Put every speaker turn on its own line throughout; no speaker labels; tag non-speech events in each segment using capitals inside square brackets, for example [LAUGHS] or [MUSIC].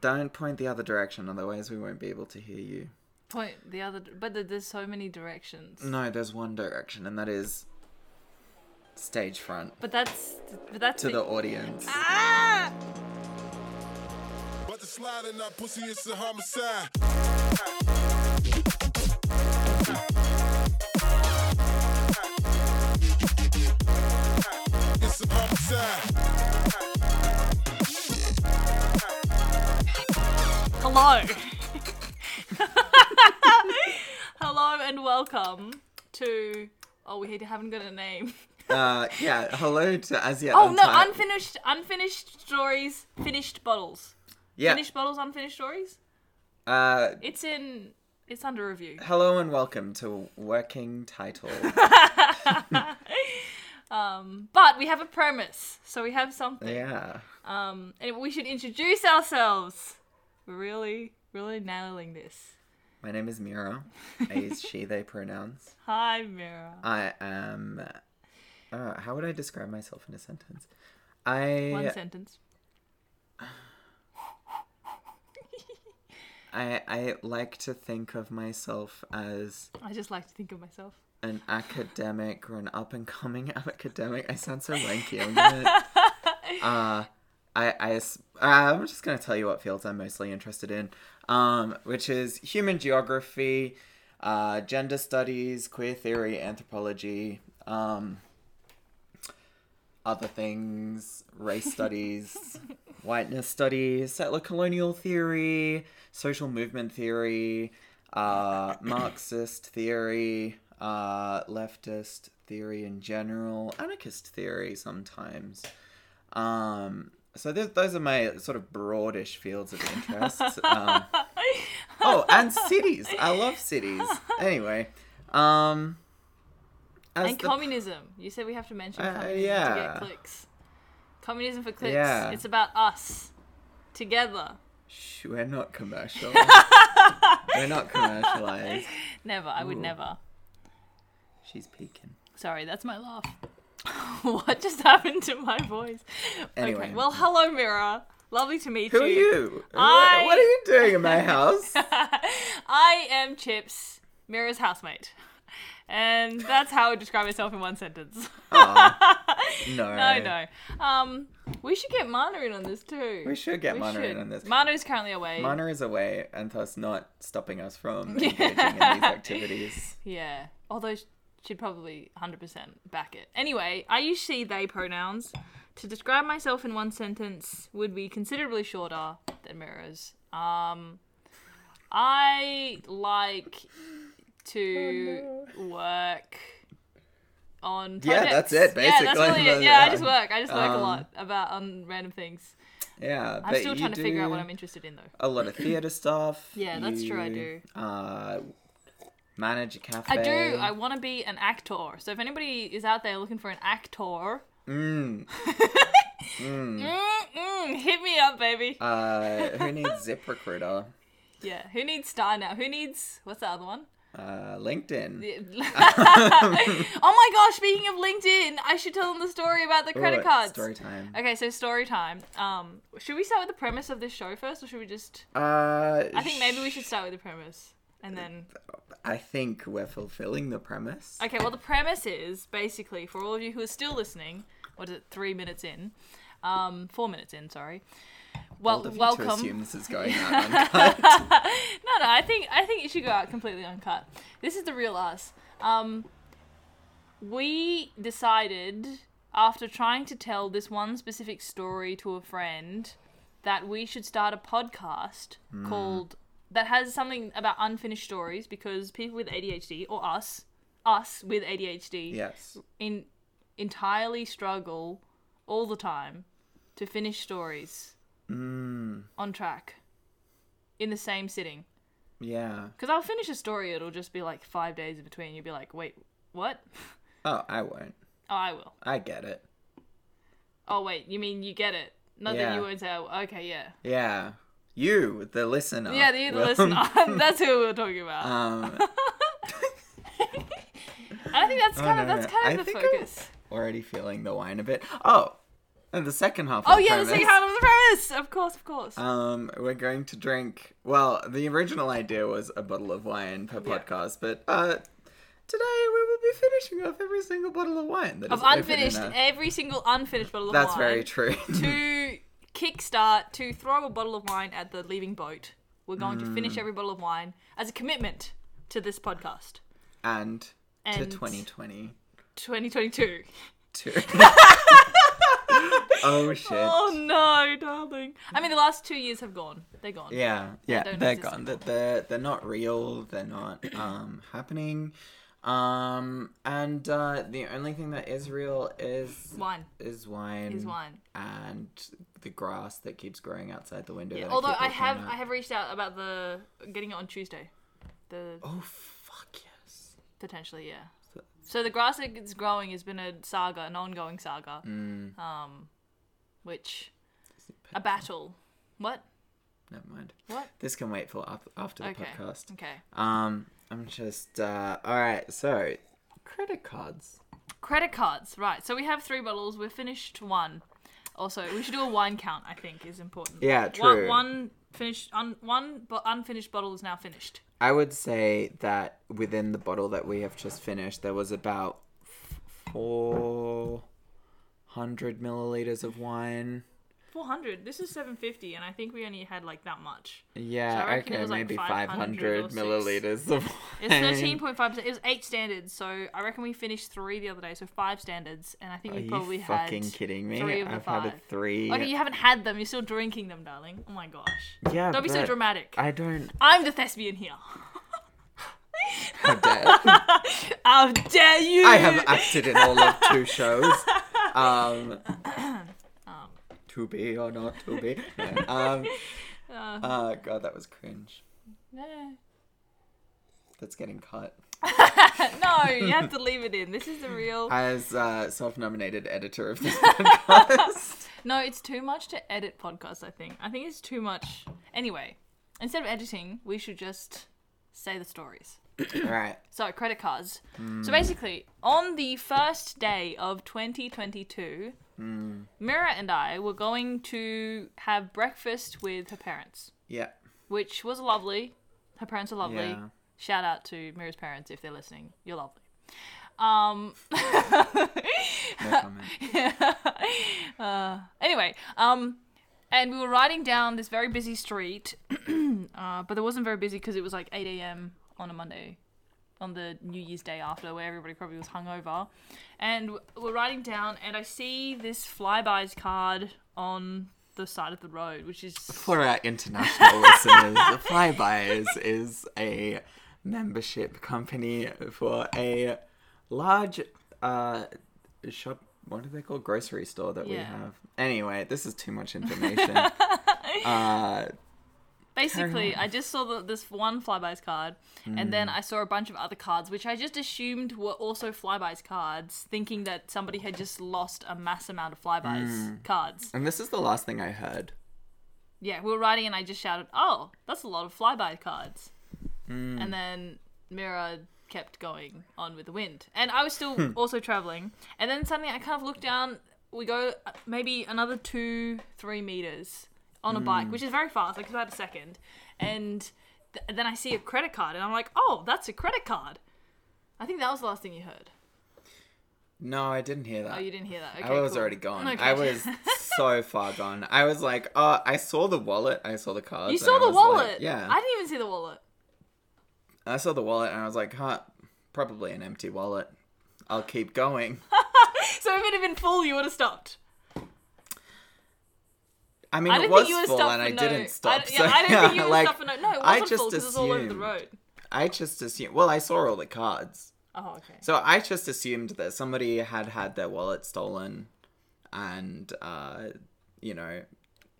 Don't point the other direction, otherwise we won't be able to hear you.
Point the other, but there- there's so many directions.
No, there's one direction, and that is stage front
But that's but that's
to the audience.
Ah!
But the slide in that pussy is a homicide. It's a homicide.
Hello. [LAUGHS] Hello and welcome to. Oh, we haven't got a name.
Uh, yeah, hello to as yet.
Oh no,
untitled-
unfinished, unfinished stories, finished bottles,
yeah.
finished bottles, unfinished stories.
Uh,
It's in. It's under review.
hello and welcome to Working
[LAUGHS]
Title.
But we have a premise, so we have something.
yeah.
Um, and we should introduce ourselves. We're really, really nailing this.
My name is Mira. I
[LAUGHS]
use she/they pronouns.
Hi, Mira.
I am. Uh, how would I describe myself in a sentence? I
One sentence.
I I like to think of myself as
I just like to think
[LAUGHS]
of myself.
an academic or an up and coming [LAUGHS] academic. I sound so lanky. I'm gonna, uh, I, I, s- uh, I'm just going to tell you what fields I'm mostly interested in, um, which is human geography, uh, gender studies, queer theory, anthropology, um, other things, race
[LAUGHS]
studies, whiteness studies, settler colonial theory, social movement theory,
[COUGHS]
uh, Marxist theory, uh, leftist theory in general, anarchist theory sometimes. Um, so th- those are my sort of broadish fields of
[LAUGHS]
interest. um, oh, and cities. I love cities. Anyway, um, as
and
the-
communism. You said we have to mention
Uh,
communism to
yeah.
get clicks. Communism for clicks.
Yeah.
It's about us together.
Shh, We're not
[LAUGHS]
commercial. We're not commercialized.
Never. I would
Ooh.
never.
She's peeking.
Sorry, that's my laugh. [LAUGHS] what just happened to my voice?
Anyway.
Okay. Well, hello, Mira. Lovely to meet
Who
you.
are you? Wh-
I-
What are you doing in
[LAUGHS]
my house?
I am Chips, Mira's housemate. And that's how I would describe myself in one sentence.
Oh, Aw, no.
No, no. Um, we should get Mana in on this too.
We should get Mana in
should.
on this.
Mana is currently away.
Mana is away and thus not stopping us
[LAUGHS]
from engaging in these activities.
Yeah. Although sh- she'd probably 100% back it. Anyway, I use she, they pronouns. To describe myself in one sentence would be considerably shorter than Mira's. Um, I like to work on
Yeah,
projects.
that's it,
Yeah, that's
basically. [LAUGHS]
really it. Yeah, I just
Um,
work. I just work a
um,
lot about on random things.
Yeah,
I'm
but
still
you
trying to figure out what
do
I'm interested in though.
A lot of theatre stuff.
[CLEARS THROAT] Yeah, that's true, I
You,
do.
Uh, manage a cafe.
I do. I want to be an actor. So if anybody is out there looking for an actor, [LAUGHS]
Mm.
Mm-mm, hit me up, baby.
Uh,
[LAUGHS]
who needs Zip Recruiter?
yeah. Who needs Star now? Who needs what's the
[LAUGHS]
other one? [LAUGHS]
Uh, LinkedIn.
The- oh my gosh! Speaking of LinkedIn, I should tell them the story about the credit
Ooh,
cards.
Story time.
Okay, so story time. Um, should we start with the premise of this show first, or should we just?
Uh,
I think maybe we should start with the premise, and then.
I think we're fulfilling the premise.
Okay, well, the premise is basically for all of you who are still listening, what is it, three minutes in? Um, four minutes in, sorry. Well,
Bold of you
welcome.
To assume this is
[LAUGHS]
going out uncut.
No, no, I think I think it should go out completely uncut. This is the real us. Um, we decided after trying to tell this one specific story to a friend that we should start a podcast called that has something about unfinished stories because people with ADHD or us us with
[LAUGHS]
ADHD
yes.
in entirely struggle all the time to finish stories
Hmm.
on track in the same sitting.
Yeah.
Because I'll finish a story, it'll just be like five days in between. You'll be like, wait, what? [LAUGHS]
Oh, I won't.
Oh, I will.
I get it.
Oh, wait, you mean you get it? Not that
Yeah.
you won't say, oh, okay, yeah.
Yeah. You, the listener.
Yeah, the
will-
listener. [LAUGHS] That's who we were talking
[LAUGHS]
about.
Um,
and I think that's kind of
no,
that's
oh, no,
kind of
I
the
think I'm-
focus.
already feeling the wine a bit. Oh. No, the second half.
Oh
of the
yeah, the second
premise.
half of the premise. Of course, of course.
Um, we're going to drink. Well, the original idea was a bottle of wine per
Yeah.
podcast, but uh, today we will be finishing off every single bottle of wine that
of
is open in
unfinished,
a-
every single unfinished bottle of
That's
wine.
very true.
to kickstart to throw a bottle of wine at the leaving boat. We're going to
Mm.
finish every bottle of wine as a commitment to this podcast.
and,
And
to
[LAUGHS]
2022.
2022.
oh shit.
Oh no, darling. I mean, the last two years have gone. They're gone.
Yeah, yeah,
don't
they're
exist
gone. That they're they're not real. They're not um happening. Um, and uh, the only thing that is real is
Wine.
is wine.
Is wine.
and the grass that keeps growing outside the window. that
Although
keep
I
looking
have,
at.
I have reached out about the getting it on Tuesday. The
Oh fuck yes.
potentially, yeah. So the grass that gets growing has been a saga, an ongoing saga.
Mm.
Um, which a battle. What?
Never mind.
What?
This can wait for up, after the
Okay.
podcast.
Okay.
Um, I'm just uh, all right. So credit cards.
Credit cards, right. So we have three bottles. We're finished one. Also, we should do a wine count, I think, is important.
Yeah,
One,
true.
one finished, un, one but unfinished bottle is now finished.
I would say that within the bottle that we have just finished, there was about four hundred milliliters of wine.
400. This is 750, and I think we only had like that much. So
Yeah,
I reckon it
okay,
was like
maybe
500 or
500
six.
milliliters of wine. [LAUGHS]
It's 13.5%. It was eight standards, so I reckon we finished three the other day, so five standards, and I think
Are
we
you
probably had.
fucking kidding me?
three of the
I've had a
five.
three.
Okay, you haven't had them. You're still drinking them, darling. Oh my gosh.
yeah,
Don't be so
but
dramatic.
I don't.
I'm the thespian here.
How
[LAUGHS]
dare-
How dare you!
I have acted in all of two shows. Um, to be or not to be. No, um, uh, God, that was cringe.
No.
That's getting cut.
No, you have to leave it in. This is the real.
As uh, self-nominated editor of this podcast,
No, it's too much to edit podcasts, I think. I think it's too much. Anyway, instead of editing, we should just say the stories.
all right.
So, credit cards. So, basically, on the first day of 2022, Mira and I were going to have breakfast with her parents,
Yeah.
which was lovely. Her parents are lovely.
Yeah.
Shout out to Mira's parents if they're listening. You're lovely. Um,
No comment.
Anyway, um, and we were riding down this very busy street, [CLEARS THROAT] uh, but it wasn't very busy because it was like 8 a.m. on a Monday, on the New Year's day after, where everybody probably was hungover. And w- we're riding down, and I see this flybys card on the side of the road, which is
For our international listeners, Flybuys is a membership company for a large uh, shop. What do they call grocery store that we
Yeah.
have? Anyway, this is too much information. uh,
Basically, I just saw the, this one flybys card, and then I saw a bunch of other cards, which I just assumed were also flybys cards, thinking that somebody had just lost a mass amount of flybys cards.
and this is the last thing I heard.
Yeah, we were riding, and I just shouted, "Oh, that's a lot of flyby cards,"
Hmm.
and then Mira kept going on with the wind, and I was
Hmm.
still also traveling. And then suddenly, I kind of looked down. We go uh, maybe another two, three meters on a
Hmm.
bike, which is very fast, like about a second, and. th- Then I see a credit card, and I'm like, "Oh, that's a credit card." I think that was the last thing you heard.
No, I didn't hear that.
Oh, you didn't hear that. Okay,
I was
cool.
already gone.
Okay.
I was so far gone. I was like, oh, I saw the wallet. I saw the cards.
[LAUGHS] You
and
saw
I
the
was like-
wallet.
yeah.
I didn't even see the wallet.
I saw the wallet and I was like, huh, probably an empty wallet. I'll keep
[LAUGHS]
going.
So if it had been full, you would have stopped.
I mean,
I
it
don't
was
think you were
full
stopped
and
for
I
no.
didn't stop.
I, don't- yeah,
so,
I
[LAUGHS]
don't think you were
like,
stopped for no. No, it wasn't
I
full
just
because it was all over the
assumed-
road.
I just assumed. Well, I saw all the cards.
Oh, okay.
So I just assumed that somebody had had their wallet stolen and, uh, you know,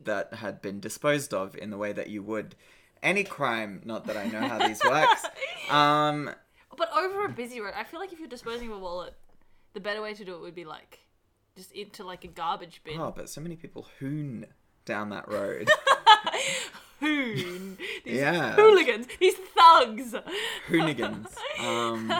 that had been disposed of in the way that you would any crime. Not that I know how these
[LAUGHS]
works. Um,
But over a busy road, I feel like if you're disposing of a wallet, the better way to do it would be like just into like a garbage bin.
oh, but so many people hoon down that
[LAUGHS]
road. [LAUGHS]
Hoon. These
Yeah.
hooligans. These thugs. [LAUGHS]
Hoonigans. Um,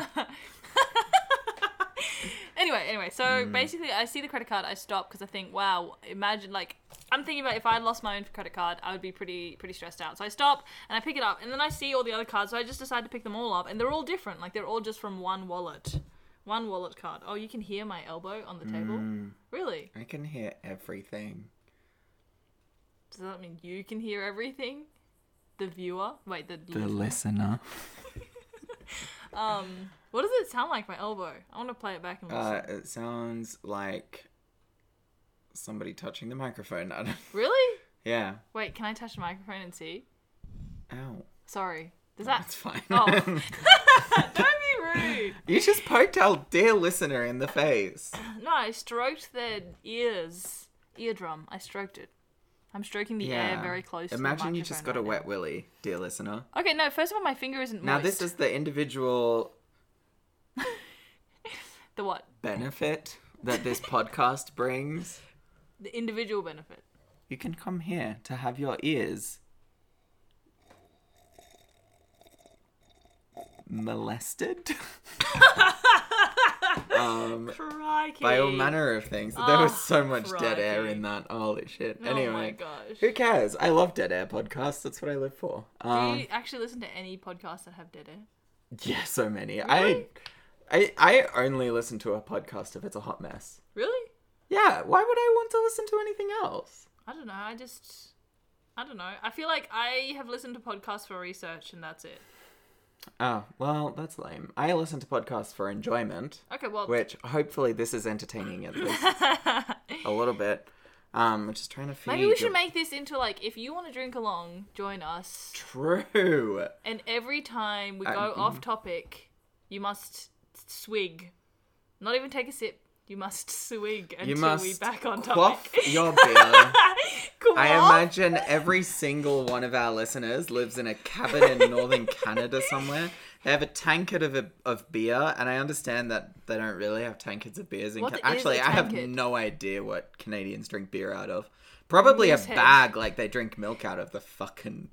Anyway, anyway, Anyway, so basically, I see the credit card, I stop because I think, wow, imagine like I'm thinking about if I lost my own credit card, I would be pretty pretty stressed out. So I stop and I pick it up, and then I see all the other cards, so I just decide to pick them all up, and they're all different. Like they're all just from one wallet, one wallet card. Oh, you can hear my elbow on the table. Really?
I can hear everything.
Does that mean you can hear everything? The viewer? Wait, the,
The listener.
um. What does it sound like? My elbow. I want to play it back and listen.
Uh, it sounds like somebody touching the microphone. [LAUGHS] I don't,
really?
yeah.
Wait, can I touch the microphone and see?
Ow.
Sorry. Does that? [LAUGHS]
That's [LAUGHS] fine.
Oh. Don't be rude.
you just poked our dear listener in the face.
No, I stroked their ears, eardrum. I stroked it. I'm stroking the air very close. to
Imagine
the
you just
microphone
got a
right
wet willy, dear listener.
now. Okay, no. First of all, my finger isn't
Now
moist.
this is the individual
the what?
benefit that
[LAUGHS]
this podcast brings.
The individual benefit.
You can come here to have your ears molested [LAUGHS] um,
Crikey.
by all manner of things. there was
Ah,
so much dead air
crikey.
in that. Holy shit.
Oh
Anyway,
my gosh.
who cares? I love dead air podcasts. That's what I live for. Um,
Do you actually listen to any podcasts that have dead air?
[LAUGHS] Yeah, so many.
Really?
I, I I only listen to a podcast if it's a hot mess.
Really?
Yeah, why would I want to listen to anything else?
I don't know. I just. I don't know. I feel like I have listened to podcasts for research and that's it.
Oh, well, that's lame. I listen to podcasts for enjoyment,
Okay, well.
which hopefully this is entertaining at
[LAUGHS]
least a little bit. Um, I'm just trying to feed.
Maybe we
your-
should make this into like if you want to drink along, join us. [LAUGHS]
true.
And every time we
I-
go off topic, you must swig. Not even take a sip. You must [LAUGHS] swig until
You must
we back on
quaff
topic. [LAUGHS]
your beer.
Quaff?
I imagine every single one of our listeners lives in a cabin in
[LAUGHS]
northern Canada somewhere. They have a tankard of, a, of beer, and I understand that they don't really have tankards of beers in
What
Ca-
is a
Actually, I have
tankard?
no idea what Canadians drink beer out of. Probably a
Moosehead.
bag like they drink milk out of the fucking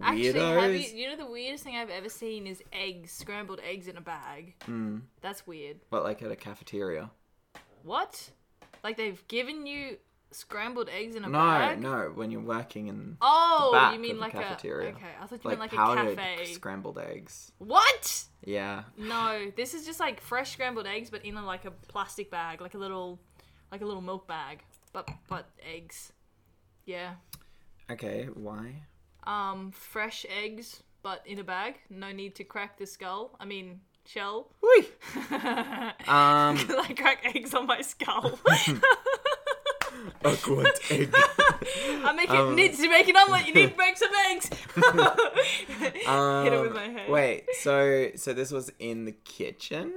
Actually, have
weirdos.
you, you know the weirdest thing I've ever seen is eggs, scrambled eggs in a bag.
Hmm.
That's weird.
But like at a cafeteria.
What? Like they've given you scrambled eggs in a
No,
bag?
no, when you're working in the
Oh,
back
you mean
of
like
a cafeteria.
a okay? I thought you
like,
meant like a
powdered
cafe.
scrambled eggs.
what?
Yeah.
No, this is just like fresh scrambled eggs, but in a, like a plastic bag, like a little, like a little milk bag, but but eggs. Yeah.
Okay, why?
Um, fresh eggs, but in a bag. No need to crack the skull. I mean shell. [LAUGHS]
Whee!
Can
Um
I crack eggs on my skull? [LAUGHS]
a good egg.
I make it
Um,
needs to make an omelet. You need
[LAUGHS]
to break some eggs. [LAUGHS] Hit it with
Um,
my head.
Wait, so so this was in the kitchen,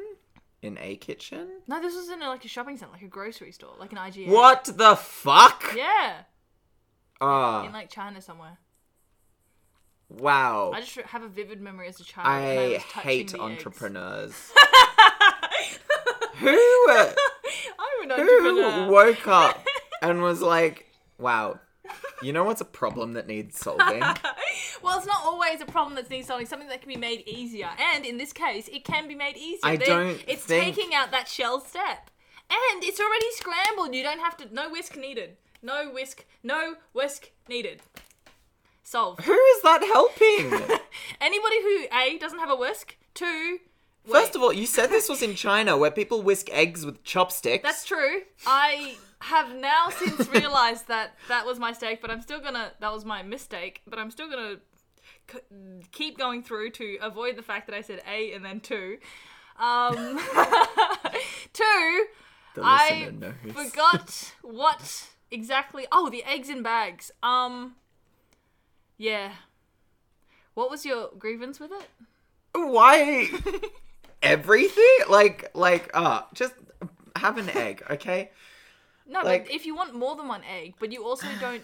in a kitchen.
No, this was in a, like a shopping center, like a grocery store, like an IGA.
What the fuck?
Yeah,
Ah,
in like China somewhere.
wow.
I just have a vivid memory as a child.
I,
and I was touching
hate
the
entrepreneurs. who uh,
Eggs. [LAUGHS] I'm an
who
entrepreneur.
woke up
[LAUGHS]
and was like, wow, you know what's a problem that needs
[LAUGHS]
solving?
Well, it's not always a problem that's needs solving. Something that can be made easier, and in this case, it can be made easier.
I
They-
don't
It's
think-
taking out that shell step, and it's already scrambled. You don't have to. No whisk needed. No whisk. No whisk needed. Solve.
who is that helping?
Anybody who a doesn't have a whisk, two.
First
wait.
of all, you said this was in China where people whisk eggs with chopsticks.
That's true. I have now since realized that that was my mistake, but I'm still gonna. That was my mistake, but I'm still gonna c- keep going through to avoid the fact that I said A and then two. Um, [LAUGHS] two,
the
I
listener knows.
forgot what exactly. Oh, the eggs in bags. Um, yeah. What was your grievance with it? [LAUGHS]
why everything like like uh just have an egg okay
No,
Like-
but if you want more than one egg, but you also
[SIGHS]
don't.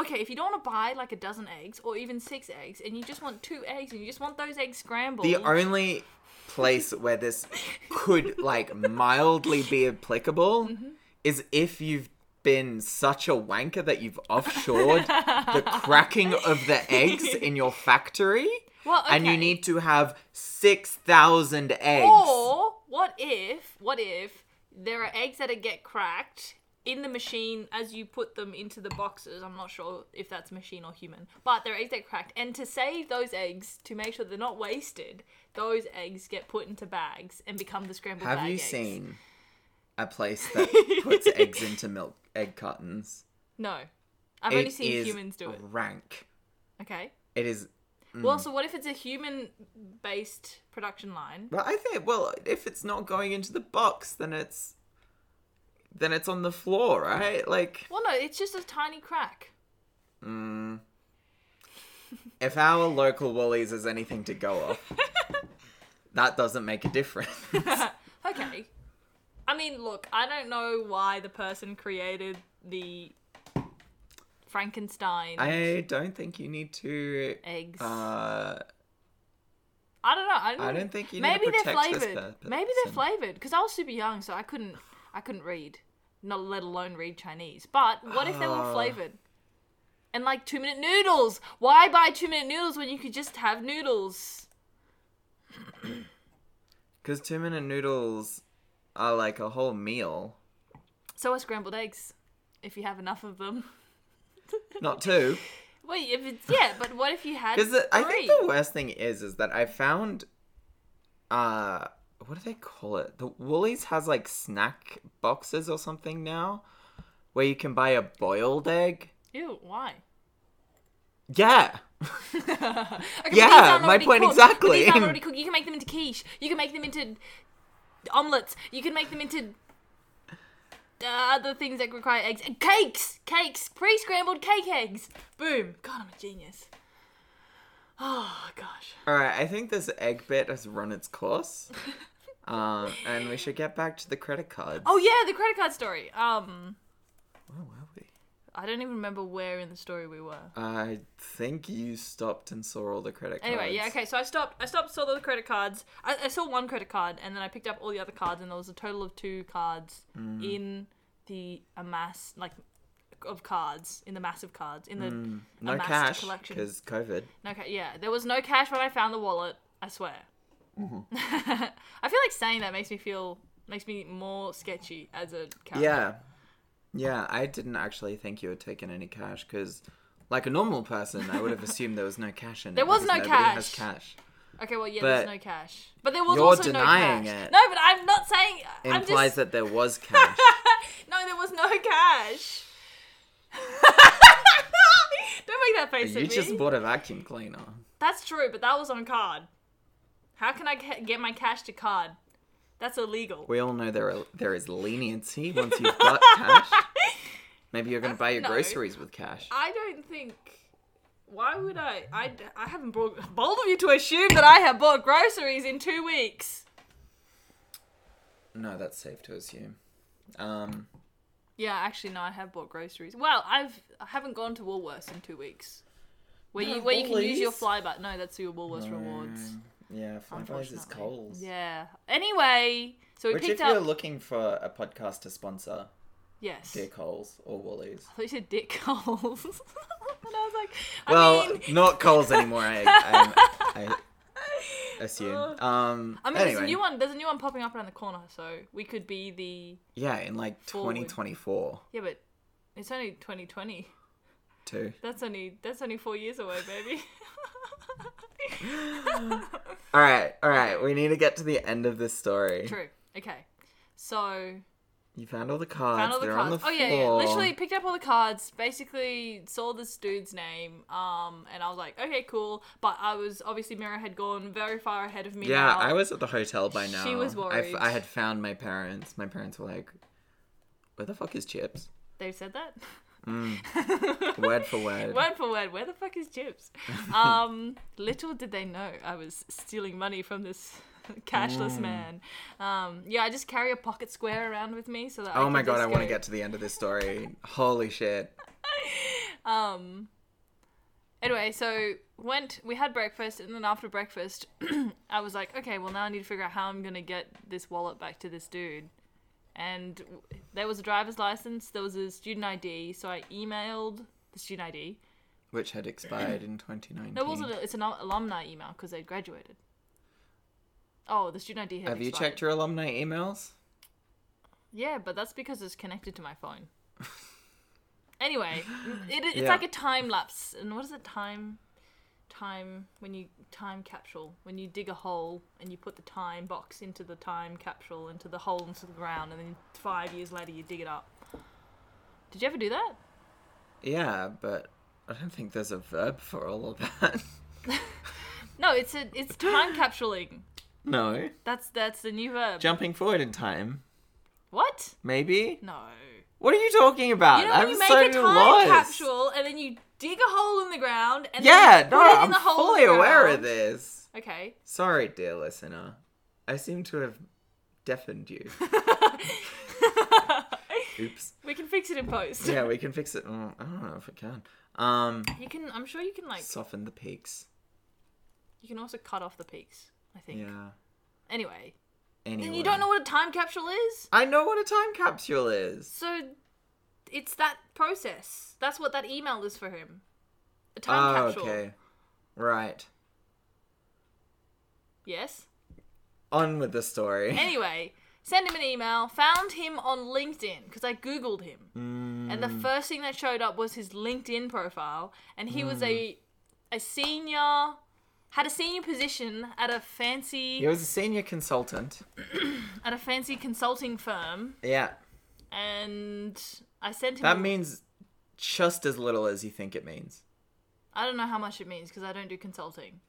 Okay, if you don't want to buy like a dozen eggs or even six eggs, and you just want two eggs, and you just want those eggs scrambled.
the only place where this could like mildly be applicable
Mm-hmm.
is if you've been such a wanker that you've offshored the cracking of the
[LAUGHS]
eggs in your factory
well,
and you
okay.
need to have 6000 eggs
Oh, Or what if? What if there are eggs that get cracked in the machine as you put them into the boxes. I'm not sure if that's machine or human, but there are eggs that cracked. And to save those eggs, to make sure they're not wasted, those eggs get put into bags and become the scrambled
Have
bag
you
eggs.
seen a place that puts eggs into milk egg cartons?
No, I've
It
only seen
is
humans do it.
Rank.
Okay.
It is.
Well,
Hmm.
so what if it's a human-based production line?
But I think. Well, if it's not going into the box, then it's. Then it's on the floor, right? Like,
Well, no, it's just a tiny crack.
if our local Woolies is anything to go
[LAUGHS]
off, that doesn't make a difference.
okay. I mean, look, I don't know why the person created the Frankenstein
I don't think you need to.
eggs.
Uh,
I don't know. I don't,
I don't think you need to
maybe they're
protect this
flavored.
per-
maybe they're
person.
flavored because I was super young, so I couldn't. I couldn't read, not let alone read Chinese. But what if they were
Ah.
flavored? And like two minute noodles. Why buy two minute noodles when you could just have noodles?
because two minute noodles are like a whole meal,
So are scrambled eggs, if you have enough of them. [LAUGHS]
not two.
Wait, if it's yeah, but what if you had
Because
three?
I think the worst thing is, is that I found, uh, what do they call it? The Woolies has like snack boxes or something now, where you can buy a boiled egg.
Ew, why? [LAUGHS]
Yeah,
Okay, but
Yeah,
these aren't
my
already
point
cooked. But
exactly.
these
[LAUGHS]
aren't already cooked. You can make them into quiche. You can make them into omelets. You can make them into uh, other things that require eggs. And cakes, cakes, pre-scrambled cake eggs. Boom. God, I'm a genius. Oh gosh.
All right, I think this egg bit has run its
[LAUGHS]
course. Um, and we should get back to the credit cards.
Oh yeah, the credit card story. Um,
Where were we?
I don't even remember where in the story we were.
I think you stopped and saw all the credit cards.
Anyway, yeah, okay. So I stopped. I stopped. Saw the credit cards. I, I saw one credit card, and then I picked up all the other cards, and there was a total of two cards
Mm.
in the amass like of cards in the massive cards in the
Mm. No
amassed
cash
collection.
because COVID.
No ca- yeah, there was no cash when I found the wallet. I swear.
Mm-hmm.
[LAUGHS] I feel like saying that makes me feel makes me more sketchy as a character.
Yeah, yeah. I didn't actually think you had taken any cash because, like a normal person, I would have assumed there was no cash in it.
There was
because
no
nobody Has cash.
Okay, well, yeah,
But
there's no cash, but there was
you're
also
denying
no cash.
it.
No, but I'm not saying. I'm
Implies
just
that there was
[LAUGHS]
cash.
No, there was no cash. [LAUGHS] Don't make that face
you
at
just
me.
bought a vacuum cleaner.
That's true, but that was on card. How can I ca- get my cash to card? That's illegal.
We all know there are, there is leniency once you've
[LAUGHS]
got cash. Maybe you're gonna buy your
No.
groceries with cash.
I don't think. Why would I? I, I haven't bought. Bold of you to assume that I have bought groceries in two weeks.
No, that's safe to assume. Um,
Yeah, actually, no, I have bought groceries. Well, I've I haven't gone to Woolworths in two weeks. Where you
No,
where you can use your
Woolies?
fly button. No, that's your Woolworths rewards.
yeah, Five Eyes is
Unfortunately.
Coles.
Yeah. Anyway, so we
Which, if
picked
you're
up.
looking for a podcast to sponsor,
yes.
dear Coles or Woolies.
I thought you said dick [LAUGHS] holes. and I was like, I
Well,
mean,
not
[LAUGHS]
Coles anymore. I, I, I assume. Um,
Oh. I mean,
anyway,
there's a new one. There's a new one popping up around the corner, so we could be the.
yeah, in like
Forward.
2024
Yeah, but it's only 2020.
too.
That's only that's only four years away, baby. [LAUGHS]
All right, all right. We need to get to the end of this story.
True. Okay. So
You found all the cards.
found all the
They're on
cards.
the
oh
floor.
yeah, yeah, literally picked up all the cards. Basically saw this dude's name, um, and I was like, okay, cool. But I was obviously Mira had gone very far ahead of me.
Yeah,
now.
I was at the hotel by now.
She was
I f-
worried.
I had found my parents. My parents were like, "Where the fuck is Chips?"
They said that.
Word
[LAUGHS]
for word.
Word for word, where the fuck
[LAUGHS]
is Chips? Um, little did they know I was stealing money from this [LAUGHS]
Mm.
cashless man. Um, yeah, I just carry a pocket square around with me so that. I
Oh
can
my god,
just
I want to
go-
get to the end of this story. Holy shit.
Um. Anyway, so went. We had breakfast, and then after breakfast, [CLEARS THROAT] I was like, okay, well now I need to figure out how I'm gonna get this wallet back to this dude. And w- there was a driver's license, there was a student ID, so I emailed the student ID.
Which had expired in 2019.
No, it wasn't. a- It's an al- alumni email because they'd graduated. Oh, the student ID had
Have you
expired.
checked your alumni emails?
Yeah, but that's because it's connected to my
[LAUGHS]
phone. anyway, it, it's
Yeah.
like a time lapse. And what is it? Time, time when you time capsule when you dig a hole and you put the time box into the time capsule into the hole into the ground, and then five years later you dig it up. Did you ever do that?
Yeah, but I don't think there's a verb for all of that. [LAUGHS]
No, it's a
[GASPS]
it's time capsuling.
no.
That's that's the new verb.
Jumping forward in time,
what?
maybe?
No.
What are you talking about?
You know
I'm
when you make
so
a time
lost.
capsule and then you dig a hole in the ground and
Yeah,
then you
no,
put it in
I'm
the hole in
fully
the
aware of
ground?
this.
Okay. [LAUGHS]
Sorry, dear listener. I seem to have deafened
[LAUGHS]
you. Oops.
we can fix it in post.
Yeah, we can fix it. Mm, I don't know if it can. Um,
You can. I'm sure you can like.
soften the peaks.
You can also cut off the peaks. I think.
Yeah.
Anyway,
Anyway.
and you don't know what a time capsule is,
I know what a time capsule is.
so it's that process. That's what that email is for him. A time
oh,
capsule.
okay. Right.
Yes.
On with the story.
Anyway, send him an email. Found him on LinkedIn because I googled him,
Mm.
and the first thing that showed up was his LinkedIn profile, and he was
Mm.
a a senior, had a senior position at a fancy
He was a senior consultant.
at a fancy consulting firm,
Yeah.
and I sent him.
That
a-
means just as little as you think it means.
I don't know how much it means because I don't do consulting.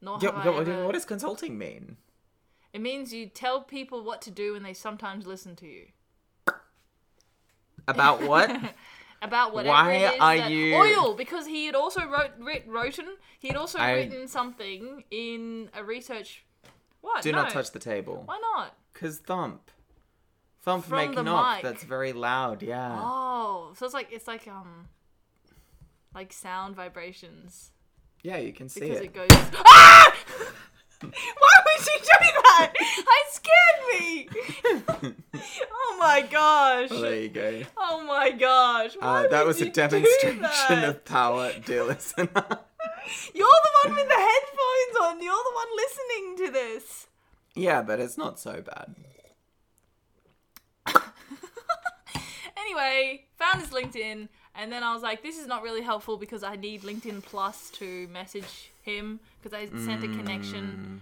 Nor
Yeah,
have Oh, I
yeah, what-
ever-
what does consulting
[LAUGHS]
mean?
It means you tell people what to do, and they sometimes listen to you
About what?
about whatever.
Why
it is
are
that-
you-
oil? Because he had also wrote writ, written. He had also
I-
written something in a research. What?
Do not
No.
touch the table.
Why not?
Cause thump, thump
From
make
the
knock.
mic.
That's very loud. Yeah.
Oh, so it's like it's like um, like sound vibrations.
Yeah, you can see
Because
it.
it goes. Ah! [LAUGHS] Why would you do that? I scared me. [LAUGHS] oh my
Well, [LAUGHS] there
gosh.
you go.
Oh my gosh. Why
Uh, that
would
was
you
a
do
demonstration
that?
of
[LAUGHS]
power, dear listener. [LAUGHS]
You're the one with the headphones on. You're the one listening to this.
yeah, but it's not so bad.
Anyway, found his LinkedIn, and then I was like, this is not really helpful because I need LinkedIn Plus to message him because I sent a connection.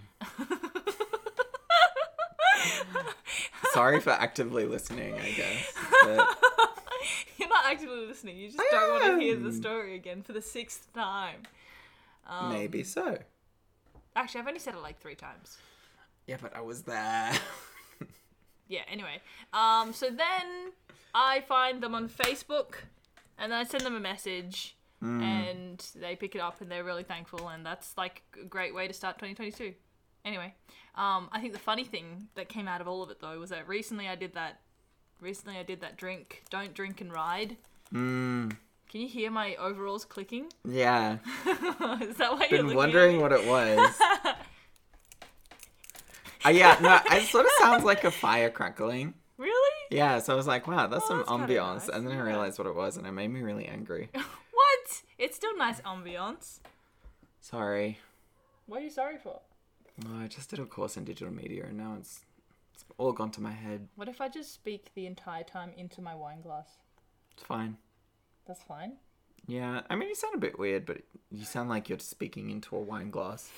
Sorry for actively listening, I guess. But
[LAUGHS] You're not actively listening. You just don't want to hear the story again for the sixth time. Oh.
maybe so.
Actually, I've only said it like three times.
Yeah, but I was there. [LAUGHS]
Yeah, anyway. Um, so then I find them on Facebook and then I send them a message and they pick it up and they're really thankful and that's like a great way to start 2022. Anyway, um, I think the funny thing that came out of all of it though was that recently I did that recently I did that drink don't drink and ride. Can you hear my overalls clicking?
Hmm.
[LAUGHS]
yeah,
Is that why you're
been
looking
wondering
at me?
what
[LAUGHS]
it was. Uh, yeah, no, it sort of sounds like a fire crackling.
Really?
Yeah, so I was like, wow, that's
Oh,
some
that's kinda
ambiance.
nice,
And then I
yeah.
realized what it was, and it made me really angry.
What? It's still nice ambiance.
Sorry.
What are you sorry for?
Oh, I just did a course in digital media, and now it's, it's all gone to my head.
What if I just speak the entire time into my wine glass?
It's fine.
That's fine.
Yeah, I mean, you sound a bit weird, but you sound like you're speaking into a wine glass.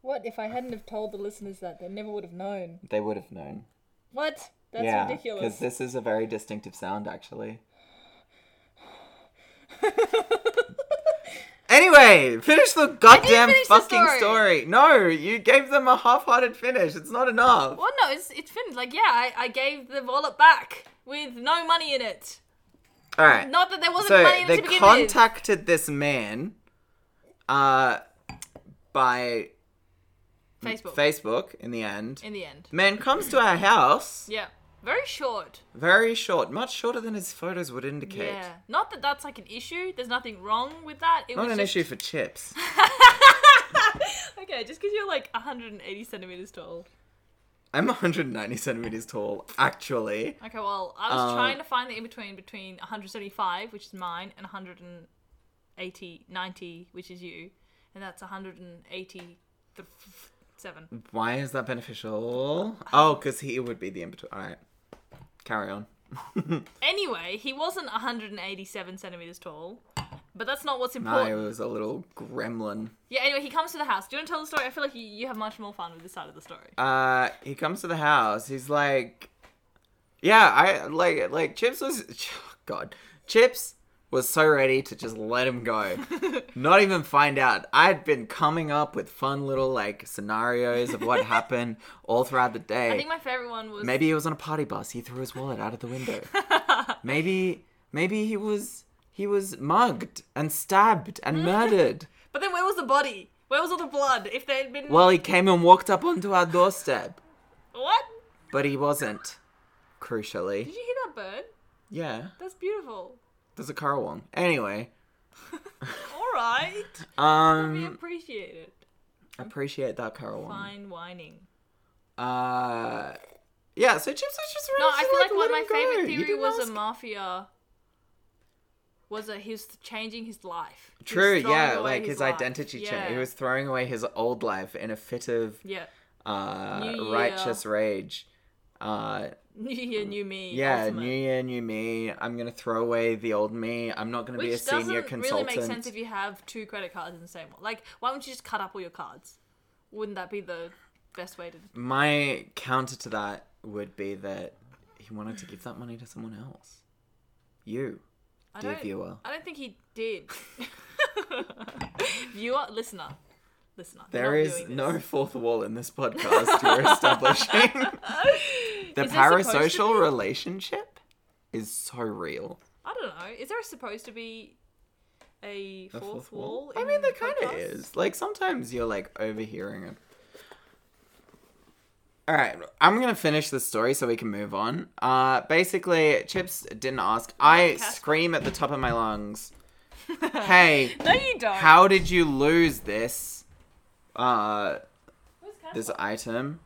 What if I hadn't have told the listeners that? They never would have known.
They would have known.
What? That's
Because
ridiculous.
this is a very distinctive sound, actually. [LAUGHS] anyway, finish the goddamn
finish the
fucking
story.
story. No, you gave them a half-hearted finish. It's not enough.
Well, no, it's it's finished. Like, yeah, I, I gave the wallet back with no money in it.
All right.
Not that there wasn't
so
money in it
they
to begin
contacted this man, uh, by
with. Facebook.
Facebook. In the end,
in the end.
the man comes to our house.
Yeah. Very short.
Very short, much shorter than his photos would indicate.
Yeah. Not that that's like an issue. There's nothing wrong with that. It
Not
was
an
just-
issue for chips.
[LAUGHS] Okay, just because you're like 180 centimeters tall.
I'm 190 centimeters tall, actually.
Okay, well, I was
Uh,
trying to find the in between between 175, which is mine, and 180, 90, which is you, and that's 187.
Why is that beneficial? Oh, because he would be the in between. All right. Carry on.
Anyway, he wasn't 187 centimeters tall, but that's not what's
No, it
important.
was a little gremlin.
Yeah, anyway, he comes to the house. Do you want to tell the story? I feel like you, you have much more fun with this side of the story.
Uh, he comes to the house. He's like, yeah, I like like Chips was [LAUGHS] oh God. Chips was so ready to just let him
[LAUGHS]
go, not even find out. I'd been coming up with fun little like scenarios of what happened all throughout the day.
I think my favorite one was
Maybe he was on a party bus. He threw his wallet out of the
[LAUGHS]
window. maybe maybe he was he was mugged and stabbed and murdered.
But then where was the body? Where was all the blood? If they had been
Well, he came and walked up onto our doorstep,
what?
but he wasn't. Crucially,
Did you hear that bird?
yeah,
That's beautiful.
there's a carawong. Anyway,
All
[LAUGHS]
right, we
um,
appreciate it.
appreciate that carawong.
Fine whining.
Uh, yeah. So Chips was just ready.
No, I
to,
feel like
let
what
him
my
go.
favorite
You
theory
didn't
was
ask.
a mafia. Was that he was changing his life? He was
True,
throwing
yeah,
away
like his,
life.
identity change. He
Yeah.
was throwing away his old life in a fit of
Yeah. [LAUGHS]
uh,
New year.
righteous rage. Uh,
New year, new me.
yeah,
ultimate.
new year, new me. I'm gonna throw away the old me. I'm not gonna
Which
be a
doesn't
senior
really
consultant.
make sense if you have two credit cards in the same one. Like, why wouldn't you just cut up all your cards? Wouldn't that be the best way to?
My counter to that would be that he wanted to give that money to someone else. You,
I
dear
don't.
viewer.
I don't think he did. [LAUGHS] viewer, listener, listener. you're
There
not
is
doing this.
no fourth wall in
[LAUGHS]
this podcast you're establishing. the
Is there supposed to
parasocial
be?
relationship is so real.
I don't know. Is there supposed to be a
The
fourth, wall?
I mean,
in
there kind of
podcasts?
is. Like sometimes you're like overhearing it. All right, I'm gonna finish the story so we can move on. Uh, basically, Chips didn't ask. I
Casper.
scream at the top of my
[LAUGHS]
lungs. Hey,
No, you don't.
how did you lose this? Uh,
Where's
this
Casper?
item.